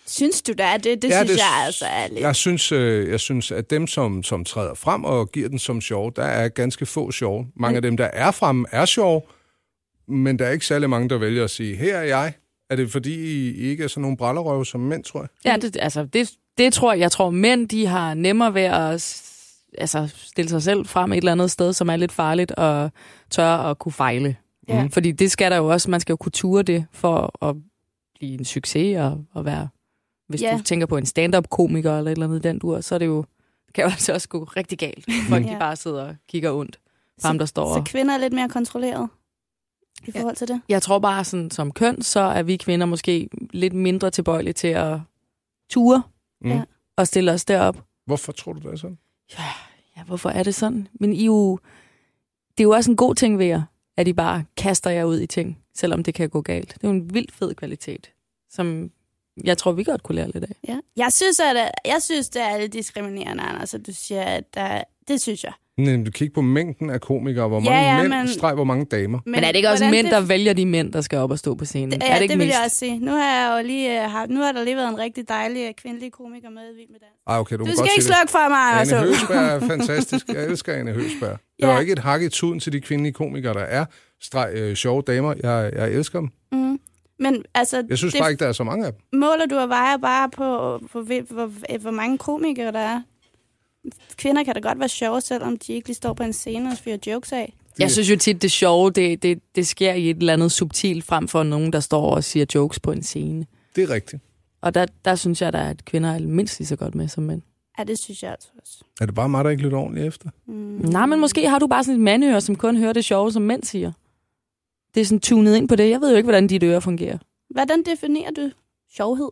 [SPEAKER 4] Synes du da, det, det synes jeg altså er lidt.
[SPEAKER 3] Jeg synes, øh, jeg synes at dem, som, som træder frem og giver den som sjov, der er ganske få sjove. Mange af dem, der er fremme, er sjove, men der er ikke særlig mange, der vælger at sige, her er jeg. Er det fordi, I ikke er sådan nogle brallerøve som mænd, tror jeg?
[SPEAKER 5] Ja, det, altså, det, det tror jeg. Jeg tror, mænd de har nemmere ved at s- altså, stille sig selv frem et eller andet sted, som er lidt farligt og tør at kunne fejle. Mm.
[SPEAKER 4] Ja.
[SPEAKER 5] Fordi det skal der jo også. Man skal jo kunne ture det for at blive en succes og, og være... Hvis
[SPEAKER 4] Ja.
[SPEAKER 5] du tænker på en stand-up-komiker eller et eller andet i den dur, så er det jo... Det kan jo altså også gå rigtig galt. Folk de
[SPEAKER 4] Ja.
[SPEAKER 5] bare sidder og kigger ondt på ham, der står og...
[SPEAKER 4] Så kvinder er lidt mere kontrolleret i forhold til det.
[SPEAKER 5] Jeg tror bare, sådan, som køn, så er vi kvinder måske lidt mindre tilbøjelige til at ture
[SPEAKER 3] Mm.
[SPEAKER 4] Ja.
[SPEAKER 5] og stille os derop.
[SPEAKER 3] Hvorfor tror du det er sådan?
[SPEAKER 5] Ja, hvorfor er det sådan? Men I er jo, det er jo også en god ting ved jer, at I bare kaster jer ud i ting, selvom det kan gå galt. Det er jo en vild fed kvalitet, som jeg tror, vi godt kunne lære lidt af.
[SPEAKER 4] Ja. Jeg, synes, at, jeg synes, det er lidt diskriminerende, Anders, at du siger, at der, det synes jeg.
[SPEAKER 3] Nej, du kigger på mængden af komikere, hvor
[SPEAKER 4] Ja,
[SPEAKER 3] mange
[SPEAKER 4] ja,
[SPEAKER 3] mænd,
[SPEAKER 4] men-
[SPEAKER 3] streg, hvor mange damer.
[SPEAKER 5] Men, Men er det ikke også
[SPEAKER 4] hvordan
[SPEAKER 5] mænd,
[SPEAKER 4] det-
[SPEAKER 5] der vælger de mænd, der skal op og stå på scenen?
[SPEAKER 4] Ja,
[SPEAKER 5] Mm, er det ikke
[SPEAKER 4] det vil
[SPEAKER 5] mest?
[SPEAKER 4] jeg også sige. Nu har jeg jo lige øh, haft, nu har der lige været en rigtig dejlig øh, kvindelig komiker med i Vild med Dans.
[SPEAKER 3] Ej, Ah, okay, du,
[SPEAKER 4] Du,
[SPEAKER 3] kan
[SPEAKER 4] skal
[SPEAKER 3] godt
[SPEAKER 4] ikke
[SPEAKER 3] se det.
[SPEAKER 4] slukke for mig, altså. Anders.
[SPEAKER 3] Anne
[SPEAKER 4] Aagaard.
[SPEAKER 3] Høsberg er fantastisk. Jeg elsker Anne Høsberg. Der er
[SPEAKER 4] Ja.
[SPEAKER 3] jo ikke et hak i tuden til de kvindelige komikere, der er. Streg, øh, sjove damer. Jeg, jeg elsker dem.
[SPEAKER 4] Mm. Men altså,
[SPEAKER 3] Jeg synes
[SPEAKER 4] det
[SPEAKER 3] bare ikke, der er så mange af dem.
[SPEAKER 4] måler du og vejer bare på, på, hvil- hvor, øh, hvor mange komikere der er. Kvinder kan da godt være sjove, selvom de ikke lige står på en scene og fyrer jokes af.
[SPEAKER 5] Jeg synes jo tit, det sjove, det, det, det sker i et eller andet subtilt, frem for nogen, der står og siger jokes på en scene.
[SPEAKER 3] Det er rigtigt.
[SPEAKER 5] Og der, der synes jeg, der er, at kvinder er mindst lige så godt med som mænd.
[SPEAKER 4] Ja, det synes jeg altså også.
[SPEAKER 3] Er det bare mig, der ikke lytter ordentligt efter?
[SPEAKER 5] Mm. Nej, men måske har du bare sådan et mandører, som kun hører det sjove, som mænd siger. Det er sådan tunet ind på det. Jeg ved jo ikke, hvordan dit øre fungerer.
[SPEAKER 4] Hvordan definerer du sjovhed?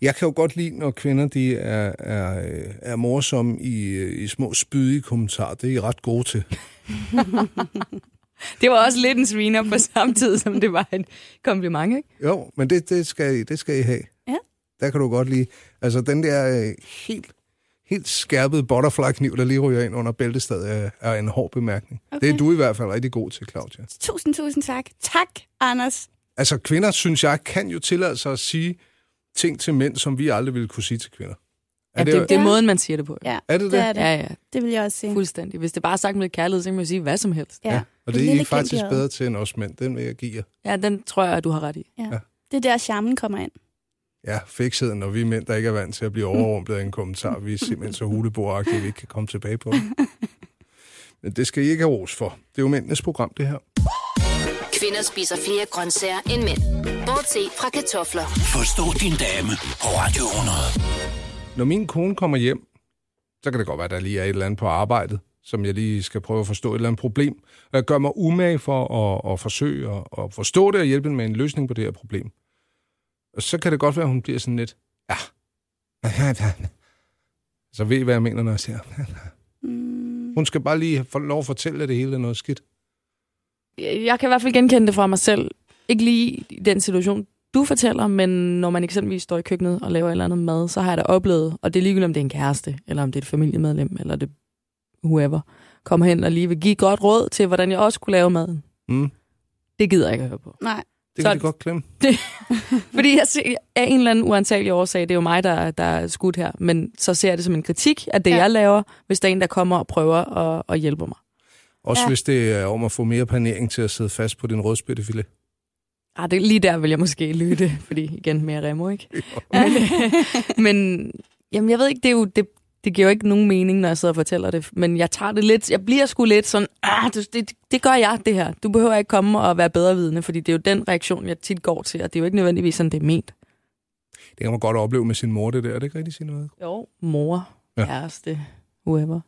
[SPEAKER 3] Jeg kan jo godt lide, når kvinder de er, er, øh, er morsomme i, øh, i små spydige kommentarer. Det er I ret gode til.
[SPEAKER 5] Det var også lidt en sviner på samme tid, som det var et kompliment, ikke?
[SPEAKER 3] Jo, men det, det, skal, I, det skal I have.
[SPEAKER 4] Ja.
[SPEAKER 3] Der kan du godt lide. Altså den der øh, helt, helt skærpede butterfly-kniv, der lige ryger ind under bæltestedet, er, er en hård bemærkning. Okay. Det er du i hvert fald rigtig god til, Claudia.
[SPEAKER 4] Tusind, tusind tak. Tak, Anders.
[SPEAKER 3] Altså kvinder, synes jeg, kan jo tillade sig at sige ting til mænd, som vi aldrig ville kunne sige til kvinder. Er
[SPEAKER 5] Ja, det, det, det er måden, man siger det på.
[SPEAKER 4] Ja,
[SPEAKER 3] Er det det?
[SPEAKER 4] er det.
[SPEAKER 5] Ja, ja,
[SPEAKER 4] det vil jeg også sige.
[SPEAKER 5] fuldstændig. Hvis det bare er sagt med kærlighed, så kan man jo sige hvad som helst.
[SPEAKER 4] Ja.
[SPEAKER 3] Og
[SPEAKER 4] Et
[SPEAKER 3] det er I
[SPEAKER 4] lille
[SPEAKER 3] faktisk
[SPEAKER 4] kendtgjort.
[SPEAKER 3] bedre til end os mænd. Den vil jeg give jer.
[SPEAKER 5] Ja, den tror jeg, at du har ret i.
[SPEAKER 4] Det er der, charmen kommer ind.
[SPEAKER 3] Ja, fiksetheden, og vi mænd, der ikke er vant til at blive
[SPEAKER 4] Mm.
[SPEAKER 3] overrumplet af en kommentar. Vi er simpelthen så huleboagtige, at vi ikke kan komme tilbage på det. Men det skal I ikke have ros for. Det er jo mændenes program, det her.
[SPEAKER 1] Kvinder spiser flere grøntsager end mænd. Bortset fra kartofler.
[SPEAKER 2] Forstå din dame på Radio 100.
[SPEAKER 3] Når min kone kommer hjem, så kan det godt være, at der lige er et eller andet på arbejdet, som jeg lige skal prøve at forstå et eller andet problem. Og jeg gør mig umage for at, at forsøge at, at forstå det og hjælpe hende med en løsning på det her problem. Og så kan det godt være, at hun bliver sådan lidt, ja, så ved I, hvad jeg mener, når jeg siger.
[SPEAKER 4] Mm.
[SPEAKER 3] Hun skal bare lige få lov at fortælle, at det hele er noget skidt.
[SPEAKER 5] Jeg kan i hvert fald genkende det fra mig selv. Ikke lige i den situation, du fortæller, men når man eksempelvis står i køkkenet og laver et eller andet mad, så har jeg da oplevet, og det er ligegyldigt, om det er en kæreste, eller om det er et familiemedlem, eller det whoever, kommer hen og lige vil give et godt råd til, hvordan jeg også kunne lave maden.
[SPEAKER 3] Mm.
[SPEAKER 5] Det gider jeg ikke at høre på.
[SPEAKER 4] Nej,
[SPEAKER 3] Det
[SPEAKER 5] Så-
[SPEAKER 3] kan de godt klemme.
[SPEAKER 5] Fordi jeg ser, af en eller anden uansagelig årsag, det er jo mig, der, der er skudt her, men så ser jeg det som en kritik af det,
[SPEAKER 4] Ja.
[SPEAKER 5] ja. jeg laver, hvis der er en, der kommer og prøver at, at hjælpe mig.
[SPEAKER 3] Også
[SPEAKER 4] Ja.
[SPEAKER 3] ja. hvis det er om at få mere panering til at sidde fast på din rødspættefilet.
[SPEAKER 5] Ah, det, lige der vil jeg måske lytte, fordi igen mere remo, ikke? Men, men jamen, jeg ved ikke, det, er jo, det, det giver jo ikke nogen mening, når jeg sidder og fortæller det, men jeg tager det lidt, jeg bliver sgu lidt sådan, ah, det, det, det gør jeg, det her. Du behøver ikke komme og være bedre vidne, fordi det er jo den reaktion, jeg tit går til, og det er jo ikke nødvendigvis sådan, det er ment.
[SPEAKER 3] Det kan man godt opleve med sin mor, det der. Er det ikke rigtigt, Signe Vadgaard?
[SPEAKER 5] Jo, mor,
[SPEAKER 3] Ja.
[SPEAKER 5] ja. kæreste, whoever.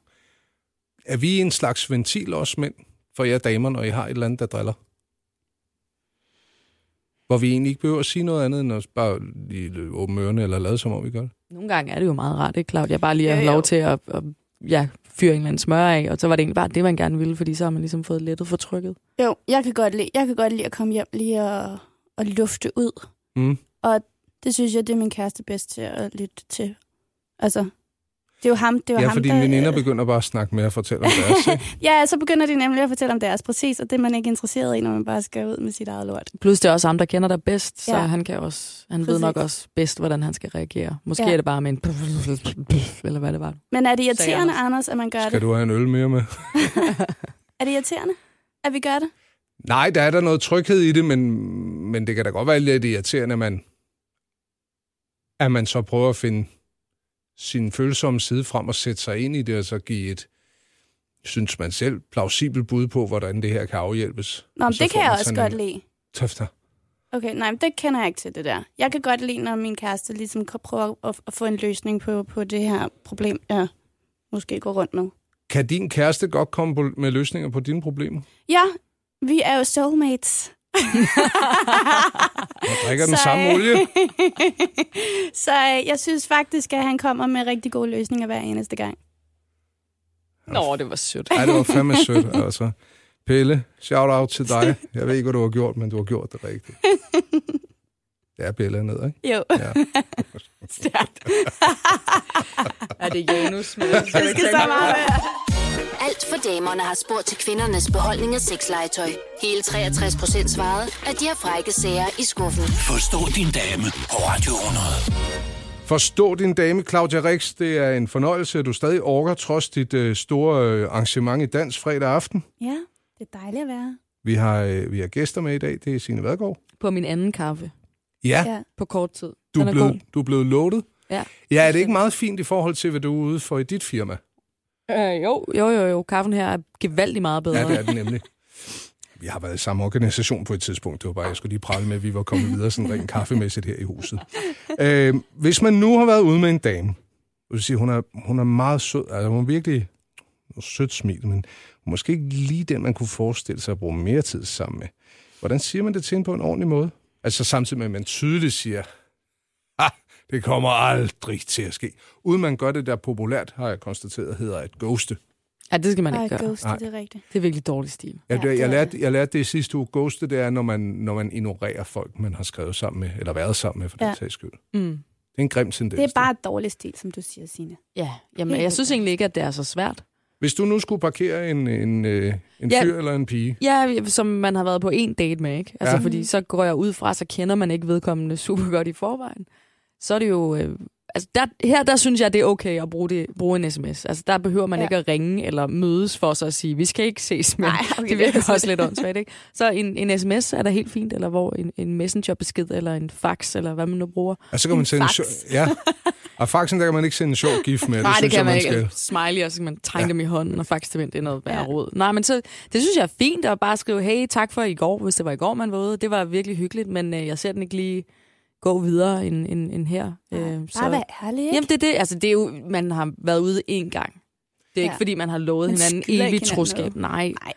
[SPEAKER 3] Er vi en slags ventil også mænd for jer damer, når I har et eller andet, der driller? Hvor vi egentlig ikke behøver at sige noget andet, end at bare lige åbne ørerne eller lade som om, vi gør det.
[SPEAKER 5] Nogle gange er det jo meget rart, ikke Claudia? Bare lige at
[SPEAKER 4] Jo,
[SPEAKER 5] have
[SPEAKER 4] jo.
[SPEAKER 5] lov til at, at ja, fyre en eller anden smør af, og så var det egentlig bare det, man gerne ville, fordi så har man ligesom fået lettet for trykket.
[SPEAKER 4] Jo, jeg kan godt lide, jeg kan godt lide at komme hjem lige og, og lufte ud.
[SPEAKER 3] Mm.
[SPEAKER 4] Det synes jeg, det er min kæreste bedst til at lytte til. Altså, det er jo ham, det er jo
[SPEAKER 3] Ja,
[SPEAKER 4] ham,
[SPEAKER 3] for dine
[SPEAKER 4] der...
[SPEAKER 3] veninder begynder bare at snakke med og fortælle om deres. ikke?
[SPEAKER 4] ja, så begynder de nemlig at fortælle om deres præcis, og det er man ikke interesseret i, når man bare skal ud med sit eget lort.
[SPEAKER 5] Plus det er også ham, der kender dig bedst, så
[SPEAKER 4] Ja.
[SPEAKER 5] ja. han, kan også, han ved
[SPEAKER 4] Præcis.
[SPEAKER 5] nok også bedst, hvordan han skal reagere. Måske
[SPEAKER 4] Ja.
[SPEAKER 5] ja. er det bare med en eller hvad det var.
[SPEAKER 4] Men er det irriterende,
[SPEAKER 5] Anders.
[SPEAKER 4] Anders, at man gør
[SPEAKER 3] Skal
[SPEAKER 4] det?
[SPEAKER 3] du have en øl mere med?
[SPEAKER 4] Er det irriterende, at vi gør det?
[SPEAKER 3] Nej, der er der noget tryghed i det, men, men det kan da godt være lidt irriterende, at man, at man så prøver at finde sin følsomme side frem og sætte sig ind i det, og så give et, synes man selv, plausibelt bud på, hvordan det her kan afhjælpes.
[SPEAKER 4] Nå,
[SPEAKER 3] Og
[SPEAKER 4] men
[SPEAKER 3] så får
[SPEAKER 4] det kan jeg
[SPEAKER 3] man
[SPEAKER 4] også
[SPEAKER 3] sådan
[SPEAKER 4] godt
[SPEAKER 3] en
[SPEAKER 4] lide.
[SPEAKER 3] Tøfter.
[SPEAKER 4] Okay, nej, men det kender jeg ikke til det der. Jeg kan godt lide, når min kæreste ligesom kan prøve at, at få en løsning på, på det her problem, jeg måske går rundt med.
[SPEAKER 3] Kan din kæreste godt komme på, med løsninger på dine problemer?
[SPEAKER 4] Ja, vi er jo soulmates.
[SPEAKER 3] Jeg drikker den
[SPEAKER 4] Så,
[SPEAKER 3] samme
[SPEAKER 4] øh,
[SPEAKER 3] olie.
[SPEAKER 4] Så øh, jeg synes faktisk, at han kommer med rigtig gode løsninger hver eneste gang.
[SPEAKER 5] Nå, det var sødt.
[SPEAKER 3] Ej, det var fandme sødt, altså. Pelle, shout-out til dig. Jeg ved ikke, hvad du har gjort, men du har gjort det rigtigt. Det er Pelle ned, ikke?
[SPEAKER 4] Jo,
[SPEAKER 3] Ja.
[SPEAKER 5] Stærkt. er det Janus? Med,
[SPEAKER 4] det skal så meget være.
[SPEAKER 1] Alt for damerne har spurgt til kvindernes beholdning af sexlegetøj. Hele 63 procent svarede, at de har frække sager i skuffen.
[SPEAKER 2] Forstå din dame på Radio 100.
[SPEAKER 3] Forstå din dame, Claudia Rix. Det er en fornøjelse, at du stadig orker, trods dit øh, store øh, arrangement i dans fredag aften.
[SPEAKER 4] Ja, det er dejligt at være.
[SPEAKER 3] Vi har, øh, vi har gæster med i dag. Det er Signe Vadgaard.
[SPEAKER 5] På min anden kaffe.
[SPEAKER 3] Ja,
[SPEAKER 4] Ja.
[SPEAKER 5] På kort tid.
[SPEAKER 3] du,
[SPEAKER 5] Den
[SPEAKER 3] er blevet, du er blevet loaded.
[SPEAKER 5] Ja.
[SPEAKER 3] Ja, er det ikke meget fint i forhold til, hvad du er ude for i dit firma?
[SPEAKER 5] Øh, jo, jo, jo, jo. Kaffen her er gevaldigt meget bedre.
[SPEAKER 3] Ja, det er den nemlig. Vi har været i samme organisation på et tidspunkt. Det var bare, jeg skulle lige prale med, at vi var kommet videre sådan rent kaffemæssigt her i huset. Øh, hvis man nu har været ude med en dame, jeg vil sige, hun er, hun er meget sød, altså hun er virkelig hun har sødt smil, men måske ikke lige den, man kunne forestille sig at bruge mere tid sammen med. Hvordan siger man det til hende på en ordentlig måde? Altså samtidig med, at man tydeligt siger, ah, det kommer aldrig til at ske. Uden man gør det der populært, har jeg konstateret, hedder at ghoste.
[SPEAKER 5] Ja, det skal man
[SPEAKER 4] Ej,
[SPEAKER 5] ikke gøre.
[SPEAKER 4] ghost,
[SPEAKER 3] Nej.
[SPEAKER 4] det er rigtigt.
[SPEAKER 5] Det er virkelig dårlig stil.
[SPEAKER 3] Jeg,
[SPEAKER 4] Ja,
[SPEAKER 3] ja,
[SPEAKER 4] det
[SPEAKER 3] jeg,
[SPEAKER 4] er
[SPEAKER 3] lærte, jeg lærte det i sidste uge. Ghoste, det er, når man, når man ignorerer folk, man har skrevet sammen med, eller været sammen med, for ja.
[SPEAKER 4] Ja.
[SPEAKER 3] den sags skyld. Det
[SPEAKER 5] Mm.
[SPEAKER 3] er en grim tendens.
[SPEAKER 4] Det er bare dårlig stil, som du siger, Signe.
[SPEAKER 5] Ja, jamen, jeg synes egentlig ikke, at det er så svært.
[SPEAKER 3] Hvis du nu skulle parkere en, en, øh, en
[SPEAKER 5] Ja.
[SPEAKER 3] fyr eller en pige,
[SPEAKER 5] Ja, som man har været på en date med, ikke? Altså,
[SPEAKER 3] Ja.
[SPEAKER 5] ja. fordi så går jeg ud fra, så kender man ikke vedkommende super godt i forvejen. Så er det jo... Øh, altså, der, her der synes jeg, det er okay at bruge, det, bruge en sms. Altså, der behøver man
[SPEAKER 4] Ja.
[SPEAKER 5] ja. ikke at ringe eller mødes for så at sige, vi skal ikke ses, men
[SPEAKER 4] Nej,
[SPEAKER 5] Nej,
[SPEAKER 4] okay, det
[SPEAKER 5] okay, det
[SPEAKER 4] er
[SPEAKER 5] virker
[SPEAKER 4] sådan.
[SPEAKER 5] også lidt åndssvagt, ikke? Så en, en sms er da helt fint, eller hvor en, en messengerbesked, eller en fax, eller hvad man nu bruger.
[SPEAKER 3] og så kan man sende... En
[SPEAKER 5] fax.
[SPEAKER 3] sjov- ja. Og faxen, der kan man ikke sende en sjov gift med.
[SPEAKER 5] Nej, det,
[SPEAKER 3] synes
[SPEAKER 5] kan
[SPEAKER 3] jeg,
[SPEAKER 5] man
[SPEAKER 3] man
[SPEAKER 5] ikke.
[SPEAKER 3] Skal.
[SPEAKER 5] Skal. Smiley, og så kan man tegne ja. dem i hånden, og faktisk det er noget værre
[SPEAKER 4] Ja.
[SPEAKER 5] ja. råd. Nej, men så, det synes jeg er fint at bare skrive, hey, tak for i går, hvis det var i går, man var ude. Det var virkelig hyggeligt, men øh, jeg ser den ikke lige gå videre end, end, end her. Øh,
[SPEAKER 4] Bare vær ærlig, ikke?
[SPEAKER 5] Jamen, det er det. Altså, det er jo, man har været ude én gang. Det er ikke,
[SPEAKER 4] Ja.
[SPEAKER 5] fordi man har lovet
[SPEAKER 4] Man
[SPEAKER 5] hinanden
[SPEAKER 4] skylder ikke
[SPEAKER 5] evigt
[SPEAKER 4] hinanden
[SPEAKER 5] troskab. Nej.
[SPEAKER 4] Nej.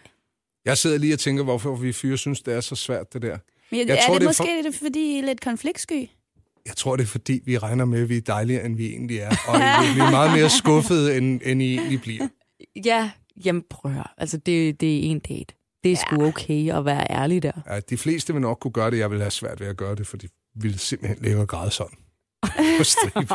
[SPEAKER 3] Jeg sidder lige og tænker, hvorfor vi fyre synes, det er så svært, det der.
[SPEAKER 4] Men
[SPEAKER 3] Jeg
[SPEAKER 4] er
[SPEAKER 3] tror,
[SPEAKER 4] det,
[SPEAKER 3] det er
[SPEAKER 4] måske er det, fordi I er lidt konfliktsky?
[SPEAKER 3] Jeg tror, det er, fordi vi regner med, at vi er dejligere, end vi egentlig er. Og vi bliver meget mere skuffede, end, end I egentlig bliver.
[SPEAKER 5] Ja, jamen prøv at høre. Altså, det, det er en date. Det er ja. sgu okay at være ærlig der.
[SPEAKER 3] Ja, de fleste vil nok kunne gøre det. Jeg vil have svært ved at gøre det, for de ville simpelthen ligge og græde sådan. På stribe.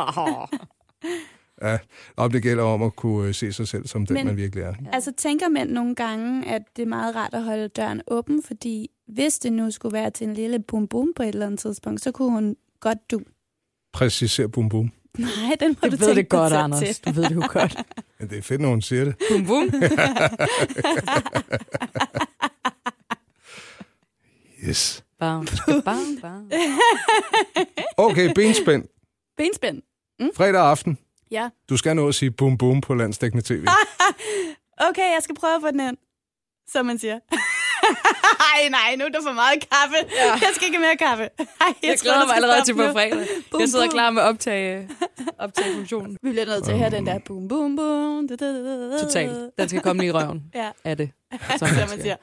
[SPEAKER 3] Ja, og det gælder om at kunne øh, se sig selv som den,
[SPEAKER 4] Men-
[SPEAKER 3] Men... man virkelig er.
[SPEAKER 4] Altså, tænker mænd nogle gange, at det er meget rart at holde døren åben, fordi hvis det nu skulle være til en lille bum-bum på et eller andet tidspunkt, så kunne hun godt du.
[SPEAKER 3] Præciser bum bum.
[SPEAKER 4] Nej, den må
[SPEAKER 5] Du
[SPEAKER 4] du
[SPEAKER 5] ved
[SPEAKER 4] tænke
[SPEAKER 5] det godt,
[SPEAKER 4] dig
[SPEAKER 5] Anders.
[SPEAKER 4] Til.
[SPEAKER 5] Du ved det jo godt.
[SPEAKER 3] Men det er fedt, når hun siger det.
[SPEAKER 5] Bum, bum.
[SPEAKER 3] Yes.
[SPEAKER 5] Bam, bam, bam.
[SPEAKER 3] Okay, benspænd.
[SPEAKER 4] Benspænd.
[SPEAKER 3] Fredag aften.
[SPEAKER 4] Ja.
[SPEAKER 3] Du skal nå at sige bum bum på landsdækkende tv.
[SPEAKER 4] Okay, jeg skal prøve at få den ind, som man siger. Ej, nej, nu er der for meget kaffe. Ja. Jeg skal ikke have mere kaffe. Ej, jeg,
[SPEAKER 5] Jeg
[SPEAKER 4] tror,
[SPEAKER 5] glæder
[SPEAKER 4] der
[SPEAKER 5] mig
[SPEAKER 4] skal
[SPEAKER 5] allerede til
[SPEAKER 4] stoppe
[SPEAKER 5] på
[SPEAKER 4] nu.
[SPEAKER 5] fredag.
[SPEAKER 4] Bum,
[SPEAKER 5] Jeg sidder
[SPEAKER 4] bum.
[SPEAKER 5] klar med at optage, optage funktionen.
[SPEAKER 4] Vi bliver nødt til at have den der bum, bum, bum. Da, da, da, da, da.
[SPEAKER 5] Totalt. Den skal komme lige i røven
[SPEAKER 4] Ja,
[SPEAKER 5] af det.
[SPEAKER 4] som man siger.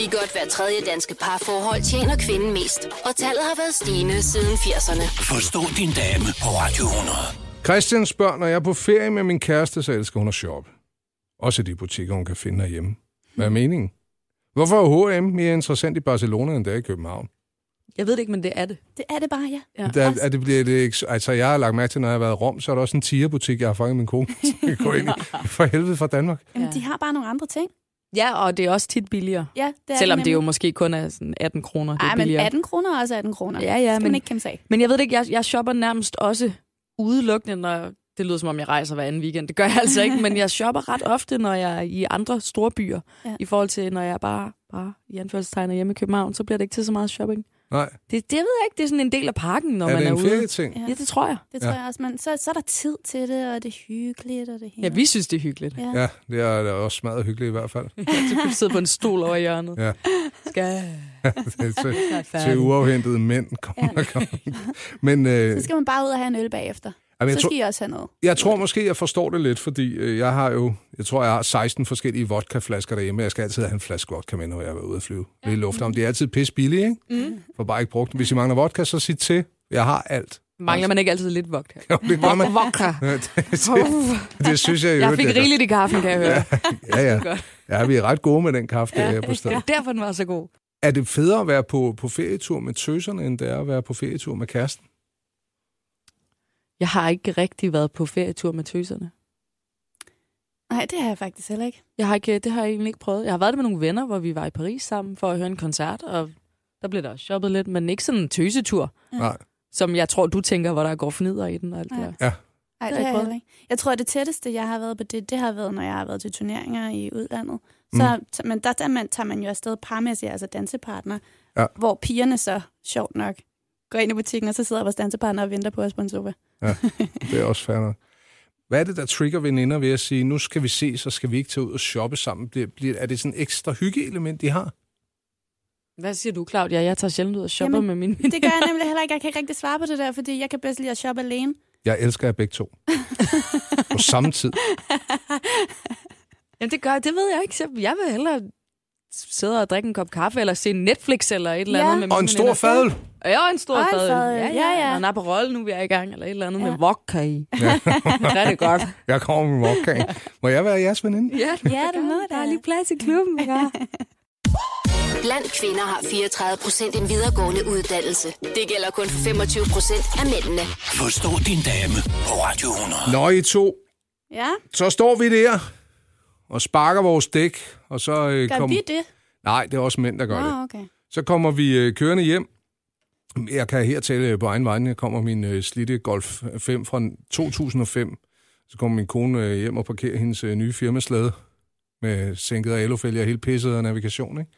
[SPEAKER 1] I godt hver tredje danske parforhold tjener kvinden mest, og tallet har været stigende siden 80'erne.
[SPEAKER 2] Forstå din dame på Radio 100.
[SPEAKER 3] Christian spørger, når jeg er på ferie med min kæreste, så elsker hun at shoppe. Også i de butikker, hun kan finde herhjemme. Hvad er meningen? Hvorfor er H&M mere interessant i Barcelona, end det er i København?
[SPEAKER 5] Jeg ved det ikke, men det er det.
[SPEAKER 4] Det er det bare, ja.
[SPEAKER 5] Ja.
[SPEAKER 3] Der, er det bliver det, ikke- altså, jeg har lagt mærke til, når jeg har været i Rom, så er der også en tigerbutik, jeg har fanget min kone. Så jeg går ind i. For helvede fra Danmark.
[SPEAKER 4] Jamen,
[SPEAKER 5] Ja.
[SPEAKER 4] de har bare nogle andre ting.
[SPEAKER 5] Ja, og det er også tit billigere.
[SPEAKER 4] Ja, det er
[SPEAKER 5] Selvom det
[SPEAKER 4] nemlig.
[SPEAKER 5] jo måske kun er sådan 18 kroner, det er
[SPEAKER 4] Ej, men
[SPEAKER 5] billigere.
[SPEAKER 4] 18 kroner er også 18 kroner.
[SPEAKER 5] Ja, ja,
[SPEAKER 4] Det skal man
[SPEAKER 5] men-
[SPEAKER 4] ikke kæmpe sig af.
[SPEAKER 5] Men jeg ved det ikke, jeg, jeg shopper nærmest også udelukkende, når det lyder som om, jeg rejser hver anden weekend. Det gør jeg altså ikke, men jeg shopper ret ofte, når jeg er i andre store byer.
[SPEAKER 4] Ja.
[SPEAKER 5] Ja. I forhold til, når jeg bare, bare i anførselstegn er hjemme i København, så bliver det ikke til så meget shopping.
[SPEAKER 3] Nej,
[SPEAKER 5] Det, det ved jeg ikke, det er sådan en del af parken, når
[SPEAKER 3] er
[SPEAKER 5] man
[SPEAKER 3] det
[SPEAKER 5] er
[SPEAKER 3] en
[SPEAKER 5] ude.
[SPEAKER 3] ferieting?
[SPEAKER 5] Ja, det tror jeg.
[SPEAKER 4] Det tror jeg også, men så, så er der tid til det, og det er hyggeligt, og det hele.
[SPEAKER 5] Ja, vi synes, det er hyggeligt.
[SPEAKER 4] Ja.
[SPEAKER 3] Ja, det er da også smadret hyggeligt i hvert fald.
[SPEAKER 5] Så kan du sidde på en stol over i hjørnet.
[SPEAKER 3] Ja.
[SPEAKER 5] Skal
[SPEAKER 3] til,
[SPEAKER 5] jeg
[SPEAKER 3] til uafhentede mænd. Kom, ja. kom. Men øh,
[SPEAKER 4] Så skal man bare ud og have en øl bagefter.
[SPEAKER 3] Jamen,
[SPEAKER 4] så
[SPEAKER 3] jeg, tror,
[SPEAKER 4] skal I også have noget.
[SPEAKER 3] jeg tror måske, jeg forstår det lidt, fordi øh, jeg har jo, jeg tror, jeg har 16 forskellige vodkaflasker derhjemme. Jeg skal altid have en flaske vodka med, når jeg er ude at flyve. Ja. Lidt luft om. Det er altid pisse billigt, ikke? Mm. For bare ikke brugt den. Hvis I mangler vodka, så sig til. Jeg har alt.
[SPEAKER 5] Mangler man ikke altid lidt vogt her?
[SPEAKER 3] Jo, det gør man.
[SPEAKER 5] Vodka.
[SPEAKER 3] det, det, det synes jeg jo.
[SPEAKER 5] Jeg fik rigeligt i kaffen, kan jeg høre.
[SPEAKER 3] Ja, ja.
[SPEAKER 5] Godt.
[SPEAKER 3] ja, vi er ret gode med den kaffe, der ja. på stedet.
[SPEAKER 5] Derfor den var så god.
[SPEAKER 3] Er det federe at være på, på ferietur med tøserne, end det er at være på ferietur med kæresten?
[SPEAKER 5] Jeg har ikke rigtig været på ferietur med tøserne.
[SPEAKER 4] Nej, det har jeg faktisk heller ikke.
[SPEAKER 5] Jeg har ikke, det har jeg egentlig ikke prøvet. Jeg har været det med nogle venner, hvor vi var i Paris sammen for at høre en koncert, og der blev der også shoppet lidt, men ikke sådan en tøsetur,
[SPEAKER 3] Ja. Nej.
[SPEAKER 5] som jeg tror, du tænker, hvor der går fnider i den og alt det
[SPEAKER 4] Nej.
[SPEAKER 5] der.
[SPEAKER 4] Nej,
[SPEAKER 5] Det
[SPEAKER 4] det,
[SPEAKER 5] har
[SPEAKER 4] har
[SPEAKER 5] jeg
[SPEAKER 4] jeg heller ikke. Jeg tror, at det tætteste, jeg har været på det, det har været, når jeg har været til turneringer i udlandet. Så,
[SPEAKER 5] Mm.
[SPEAKER 4] t- men der, der man, tager man jo afsted parmæssigt, altså dansepartner,
[SPEAKER 3] Ja.
[SPEAKER 4] hvor pigerne så, sjovt nok, går ind i butikken, og så sidder vores dansepartner og venter på os på en sofa.
[SPEAKER 3] Det er også fair nok. Hvad er det, der trigger veninder ved at sige, nu skal vi se, så skal vi ikke tage ud og shoppe sammen? Bliver, bliver, er det sådan et ekstra hyggeelement, de har?
[SPEAKER 5] Hvad siger du, Claudia? Jeg tager sjældent ud og shopper
[SPEAKER 4] Jamen,
[SPEAKER 5] med mine
[SPEAKER 4] Det gør jeg nemlig heller ikke. Jeg kan ikke rigtig svare på det der, fordi jeg kan bedst lide at shoppe alene.
[SPEAKER 3] Jeg elsker jer begge to. på samme tid.
[SPEAKER 5] Jamen, det gør det ved jeg ikke. Jeg- Jeg vil hellere sidde og drikke en kop kaffe, eller se Netflix eller et eller
[SPEAKER 4] Ja.
[SPEAKER 5] andet. Med
[SPEAKER 3] Og
[SPEAKER 5] mine
[SPEAKER 3] en stor
[SPEAKER 5] veninder.
[SPEAKER 3] fadel.
[SPEAKER 5] Ja, og en stor
[SPEAKER 4] Og en
[SPEAKER 5] fadøl.
[SPEAKER 4] fadøl. Ja, ja.
[SPEAKER 5] Og en Aperol, nu vi er i gang, eller et eller andet ja.
[SPEAKER 4] Ja.
[SPEAKER 5] med vodka i. Ja. det er det godt.
[SPEAKER 3] Jeg kommer med vodkaen. Må jeg være jeres veninde?
[SPEAKER 5] Ja,
[SPEAKER 4] Ja, du må da.
[SPEAKER 5] plads i klubben. Ja.
[SPEAKER 1] Blandt kvinder har 34 procent en videregående uddannelse. Det gælder kun for 25 procent af mændene.
[SPEAKER 2] Forstå din dame på Radio 100.
[SPEAKER 3] Nå, I to.
[SPEAKER 4] Ja,
[SPEAKER 3] Så står vi der og sparker vores dæk, og så øh,
[SPEAKER 4] gør
[SPEAKER 3] kom-
[SPEAKER 4] vi det?
[SPEAKER 3] Nej, det er også mænd, der gør det.
[SPEAKER 4] Nå, Ah, okay.
[SPEAKER 3] Så kommer vi øh, kørende hjem. Jeg kan her tale øh, på egen vegne. Jeg kommer min øh, slitte Golf 5 fra 2005. Så kommer min kone øh, hjem og parkerer hendes øh, nye firmaslade med sænket og alufælge og helt pisset af navigation. Ikke?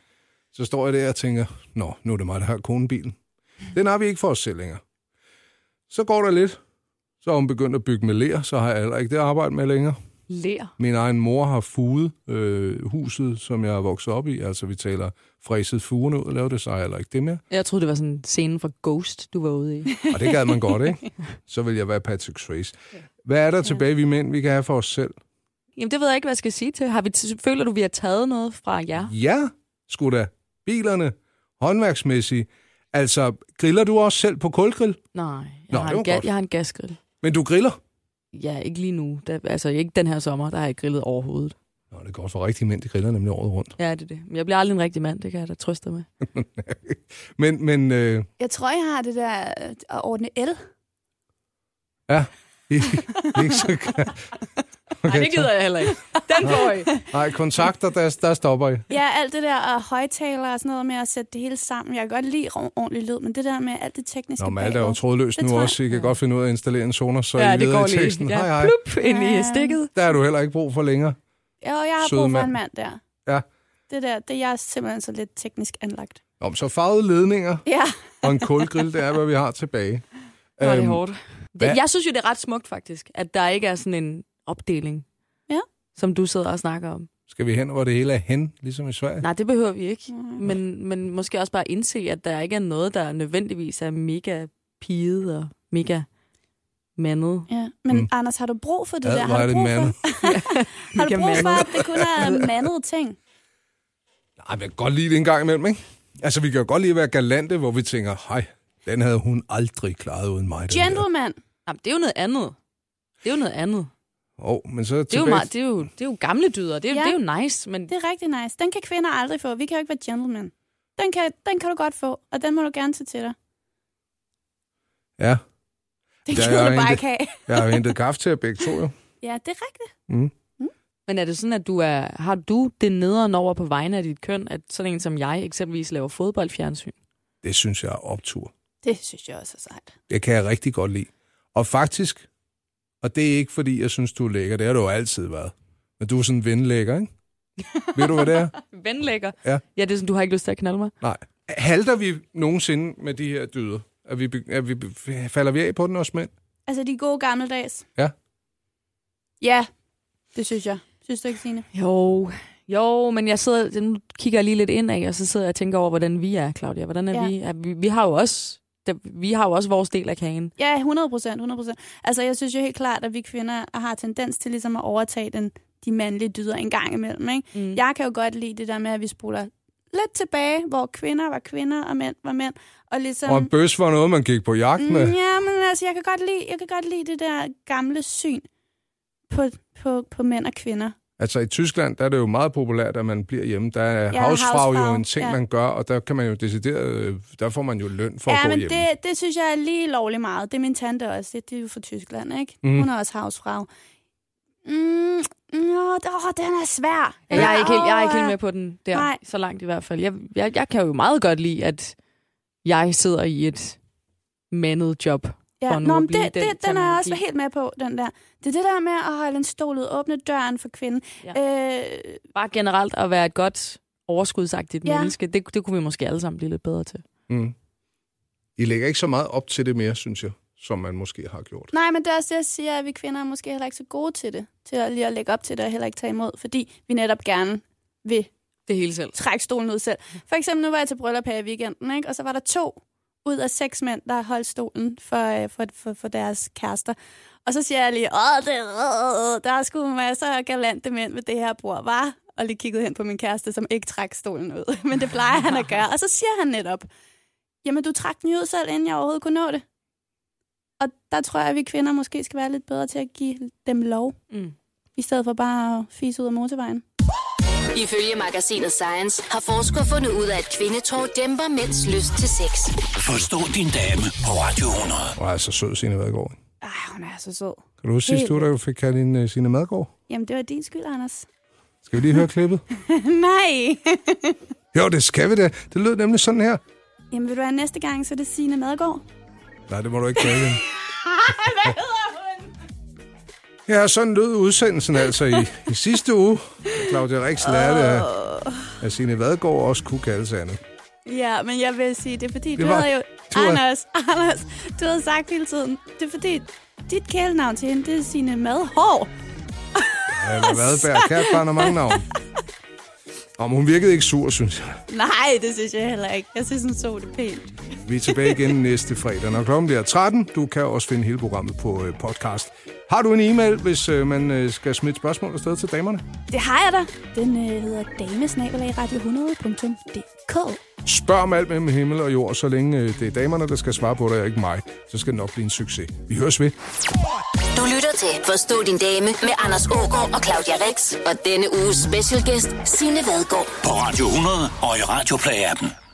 [SPEAKER 3] Så står jeg der og tænker, nå, nu er det mig, der har konebilen. Den har vi ikke for os selv længere. Så går der lidt. Så er hun begyndt at bygge med ler, så har jeg heller ikke det arbejde med længere.
[SPEAKER 5] Lær.
[SPEAKER 3] Min egen mor har fuget øh, huset, som jeg er vokset op i. Altså, vi taler fræset fugerne ud og laver det, så har jeg heller ikke det mere.
[SPEAKER 5] Jeg troede, det var sådan en scene fra Ghost, du var ude i.
[SPEAKER 3] Og det gad man godt, ikke? Så vil jeg være Patrick Swayze. Hvad er der tilbage, vi mænd, vi kan have for os selv?
[SPEAKER 5] Jamen, det ved jeg ikke, hvad jeg skal sige til. Har vi t- føler du, vi har taget noget fra jer?
[SPEAKER 3] Ja, sgu da. Bilerne, håndværksmæssigt. Altså, griller du også selv på kulgrill?
[SPEAKER 5] Nej. Jeg,
[SPEAKER 3] Nå,
[SPEAKER 5] har,
[SPEAKER 3] det var
[SPEAKER 5] en ga-
[SPEAKER 3] godt.
[SPEAKER 5] jeg har en gasgrill.
[SPEAKER 3] Men du griller?
[SPEAKER 5] Ja, ikke lige nu. Der, altså, ikke den her sommer, der har jeg ikke grillet overhovedet.
[SPEAKER 3] Nå, det er godt for rigtige mænd, de griller nemlig året rundt.
[SPEAKER 5] Ja, det er det. Men jeg bliver aldrig en rigtig mand, det kan jeg da trøste dig med.
[SPEAKER 3] Men, men øh,
[SPEAKER 4] Jeg tror, jeg har det der øh, at ordne el.
[SPEAKER 3] ja, I, I ikke så...
[SPEAKER 5] Nej, det gider jeg heller ikke. Den får I.
[SPEAKER 3] Nej, kontakter, der, der stopper I.
[SPEAKER 4] Ja, alt det der og højtaler og sådan noget med at sætte det hele sammen. Jeg kan godt lide ro- ordentlig lyd, men det der med alt det tekniske
[SPEAKER 3] Nå, men alt er jo
[SPEAKER 4] bagover.
[SPEAKER 3] trådløst
[SPEAKER 4] Det
[SPEAKER 3] nu
[SPEAKER 4] tror jeg.
[SPEAKER 3] også. I kan godt finde ud af at installere en sonar, så
[SPEAKER 5] Ja,
[SPEAKER 3] I
[SPEAKER 5] det
[SPEAKER 3] videre
[SPEAKER 5] går
[SPEAKER 3] i teksten.
[SPEAKER 5] lige.
[SPEAKER 3] Hej,
[SPEAKER 5] Ja,
[SPEAKER 3] hej.
[SPEAKER 5] plup ind i
[SPEAKER 4] Ja.
[SPEAKER 5] stikket.
[SPEAKER 3] Der er du heller ikke brug for længere.
[SPEAKER 4] Jo, jeg har
[SPEAKER 3] Søde
[SPEAKER 4] brug for
[SPEAKER 3] mand.
[SPEAKER 4] en mand der.
[SPEAKER 3] Ja.
[SPEAKER 4] Det der, det jeg er simpelthen så lidt teknisk anlagt.
[SPEAKER 3] Om så farvede ledninger
[SPEAKER 4] Ja,
[SPEAKER 3] og en kulgrill, det er, hvad vi har tilbage.
[SPEAKER 5] Var det
[SPEAKER 3] Øhm,
[SPEAKER 5] hårdt.
[SPEAKER 3] hvad-
[SPEAKER 5] Det, jeg synes jo, det er ret smukt faktisk, at der ikke er sådan en opdeling,
[SPEAKER 4] Ja.
[SPEAKER 5] som du sidder og snakker om.
[SPEAKER 3] Skal vi hen, hvor det hele er hen, ligesom i Sverige?
[SPEAKER 5] Nej, det behøver vi ikke.
[SPEAKER 4] Mm.
[SPEAKER 5] Men, men måske også bare indse, at der ikke er noget, der nødvendigvis er mega piget og mega mandet.
[SPEAKER 4] ja. men
[SPEAKER 3] Mm.
[SPEAKER 4] mm. Anders, har du brug for det
[SPEAKER 3] Ad,
[SPEAKER 4] der?
[SPEAKER 3] hvor
[SPEAKER 4] Har
[SPEAKER 3] er
[SPEAKER 4] du
[SPEAKER 3] det
[SPEAKER 4] brug
[SPEAKER 3] mandet.
[SPEAKER 4] for, har du
[SPEAKER 5] Mega
[SPEAKER 4] brug for,
[SPEAKER 5] mandet.
[SPEAKER 4] at det kun er mandede ting?
[SPEAKER 3] Nej, vi kan godt lide det en gang imellem, ikke? Altså, vi kan jo godt lide at være galante, hvor vi tænker, hej, den havde hun aldrig klaret uden mig. den der."
[SPEAKER 4] Gentleman.
[SPEAKER 5] Jamen, det er jo noget andet. Det er jo noget andet.
[SPEAKER 3] Åh, oh, men så
[SPEAKER 5] Det er, jo
[SPEAKER 3] tilbage-
[SPEAKER 5] meget, det, er jo, det er jo gamle dyder. Det er, ja.
[SPEAKER 4] Ja.
[SPEAKER 5] det er jo nice, men
[SPEAKER 4] Det er rigtig nice. Den kan kvinder aldrig få. Vi kan jo ikke være gentleman. Den kan, den kan du godt få, og den må du gerne tage til dig.
[SPEAKER 3] Ja,
[SPEAKER 4] Den
[SPEAKER 3] Der
[SPEAKER 4] kan
[SPEAKER 3] er
[SPEAKER 4] du
[SPEAKER 3] en-
[SPEAKER 4] bare ikke have.
[SPEAKER 3] jeg har jo hentet kaffe til jer begge to, jo.
[SPEAKER 4] Ja, det er rigtigt.
[SPEAKER 5] Men er det sådan, at du er, har du det nederen over på vegne af dit køn, at sådan en som jeg eksempelvis laver fodboldfjernsyn?
[SPEAKER 3] Det synes jeg er optur.
[SPEAKER 4] Det synes jeg også er sejt.
[SPEAKER 3] Det kan jeg rigtig godt lide. Og faktisk, og det er ikke fordi, jeg synes, du er lækker. Det har du jo altid været. Men du er sådan en venlækker, ikke? Ved du, hvad det er?
[SPEAKER 5] Venlægger?
[SPEAKER 3] Ja.
[SPEAKER 5] Ja, det er sådan, du har ikke lyst til at knalde mig?
[SPEAKER 3] Nej. Halter vi nogensinde med de her dyder? Er vi, be- er vi, be- falder vi af på den også mænd?
[SPEAKER 4] Altså de gode gammeldags.
[SPEAKER 3] Ja.
[SPEAKER 4] Ja, det synes jeg. Synes du ikke, Signe?
[SPEAKER 5] Jo, jo, men jeg sidder, nu kigger jeg lige lidt ind af, og så sidder jeg og tænker over, hvordan vi er, Claudia. Hvordan er
[SPEAKER 4] Ja.
[SPEAKER 5] vi? Er vi? Vi har jo også der, vi har jo også vores del af kagen.
[SPEAKER 4] Ja, 100 procent, 100 procent. Altså, jeg synes jo helt klart, at vi kvinder har tendens til ligesom at overtage den, de mandlige dyder en gang imellem. Ikke?
[SPEAKER 5] Mm.
[SPEAKER 4] Jeg kan jo godt lide det der med, at vi spoler lidt tilbage, hvor kvinder var kvinder, og mænd var mænd. Og ligesom...
[SPEAKER 3] Og en bøs var noget, man gik på jagt med.
[SPEAKER 4] Mm, ja, men altså, jeg kan, godt lide, jeg kan godt lide det der gamle syn på, på, på mænd og kvinder.
[SPEAKER 3] Altså i Tyskland, der er det jo meget populært, at man bliver hjemme. Der er
[SPEAKER 4] Ja,
[SPEAKER 3] ja, havsfrag jo
[SPEAKER 4] Hausfrau,
[SPEAKER 3] en ting,
[SPEAKER 4] ja.
[SPEAKER 3] ja. man gør, og der kan man jo decideret, øh, der får man jo løn for ja, at
[SPEAKER 4] ja,
[SPEAKER 3] gå
[SPEAKER 4] men
[SPEAKER 3] hjem.
[SPEAKER 4] det, det synes jeg er lige lovlig meget. Det er min tante også. Det, det er jo fra Tyskland, ikke?
[SPEAKER 3] Mhm.
[SPEAKER 4] Mm. Hun er også havsfrag. Mm, nå, åh, den er svær.
[SPEAKER 5] Ja, jeg, er ikke helt, jeg er ikke
[SPEAKER 4] åh,
[SPEAKER 5] helt med på den der,
[SPEAKER 4] Nej.
[SPEAKER 5] Nej. så langt i hvert fald. Jeg, jeg, jeg kan jo meget godt lide, at jeg sidder i et mandet job. for nu
[SPEAKER 4] Nå,
[SPEAKER 5] at
[SPEAKER 4] men
[SPEAKER 5] blive
[SPEAKER 4] det,
[SPEAKER 5] i den
[SPEAKER 4] det, den er jeg også
[SPEAKER 5] terminologi.
[SPEAKER 4] helt med på, den der. Det er det der med at holde en stol ud, åbne døren for kvinden.
[SPEAKER 5] Ja.
[SPEAKER 4] Ja. Øh,
[SPEAKER 5] Bare generelt at være et godt overskudsagtigt
[SPEAKER 4] Ja.
[SPEAKER 5] ja. menneske, det, det kunne vi måske alle sammen blive lidt bedre til.
[SPEAKER 3] Mm. I lægger ikke så meget op til det mere, synes jeg, som man måske har gjort.
[SPEAKER 4] Nej, men det er også det, jeg siger, at vi kvinder er måske heller ikke så gode til det. Til at lige at lægge op til det og heller ikke tage imod, fordi vi netop gerne vil
[SPEAKER 5] Det hele selv.
[SPEAKER 4] trække stolen ud selv. For eksempel, nu var jeg til bryllup her i weekenden, ikke? og så var der to ud af seks mænd, der holdt stolen for, øh, for, for, for deres kærester. Og så siger jeg lige, åh, det, øh, øh, der er sgu masser af galante mænd ved det her bord, var Og lige kiggede hen på min kæreste, som ikke trak stolen ud. Men det plejer han at gøre. Og så siger han netop, jamen du trak den jo ud selv, inden jeg overhovedet kunne nå det. Og der tror jeg, at vi kvinder måske skal være lidt bedre til at give dem lov,
[SPEAKER 5] Mm.
[SPEAKER 4] i stedet for bare at fise ud af motorvejen.
[SPEAKER 1] Ifølge magasinet Science har forskere fundet ud af, at kvindetår dæmper mænds lyst til sex.
[SPEAKER 2] Forstå din dame på Radio 100.
[SPEAKER 3] Og altså sød Signe Madgaard.
[SPEAKER 4] Ah, hun er så sød.
[SPEAKER 3] Kan du huske sidst
[SPEAKER 4] Helt
[SPEAKER 3] du, der fik kaldt hende øh, Signe Madgaard?
[SPEAKER 4] Jamen, det var din skyld, Anders.
[SPEAKER 3] Skal vi lige høre klippet?
[SPEAKER 4] Nej.
[SPEAKER 3] Jo, det skal vi da. Det lød nemlig sådan her.
[SPEAKER 4] Jamen, vil du være næste gang, så er det Signe Madgaard?
[SPEAKER 3] Nej, det må du ikke kalde hende.
[SPEAKER 4] Hvad hedder hun?
[SPEAKER 3] Ja, sådan lød udsendelsen altså i, i sidste uge. Claudia Rix lærte, at, at Signe Madgaard også kunne kaldes andet.
[SPEAKER 4] Ja, men jeg vil sige, det er fordi, det du
[SPEAKER 3] var-
[SPEAKER 4] havde jo...
[SPEAKER 3] du var-
[SPEAKER 4] Anders, Anders, du havde sagt hele tiden, det er fordi, dit kælenavn til hende, det er Signe Madhår.
[SPEAKER 3] Eller Vadberg. Kært barn har mange navne. Om hun virkede ikke sur, synes jeg.
[SPEAKER 4] Nej, det synes jeg heller ikke. Jeg synes, hun så det pænt.
[SPEAKER 3] Vi er tilbage igen næste fredag, når klokken bliver 13. Du kan også finde hele programmet på øh, podcast. Har du en e-mail, hvis øh, man øh, skal smide et spørgsmål afsted til damerne?
[SPEAKER 4] Det har jeg da. Den øh, hedder damesnabelagradio100.dk.
[SPEAKER 3] Spørg om alt mellem himmel og jord, så længe øh, det er damerne, der skal svare på det, og ikke mig. Så skal det nok blive en succes. Vi høres ved.
[SPEAKER 1] Du lytter til Forstå din dame med Anders Ågaard og Claudia Rex og denne uges specialgæst Signe Vadgaard.
[SPEAKER 2] På Radio 100 og i Radioplay-appen.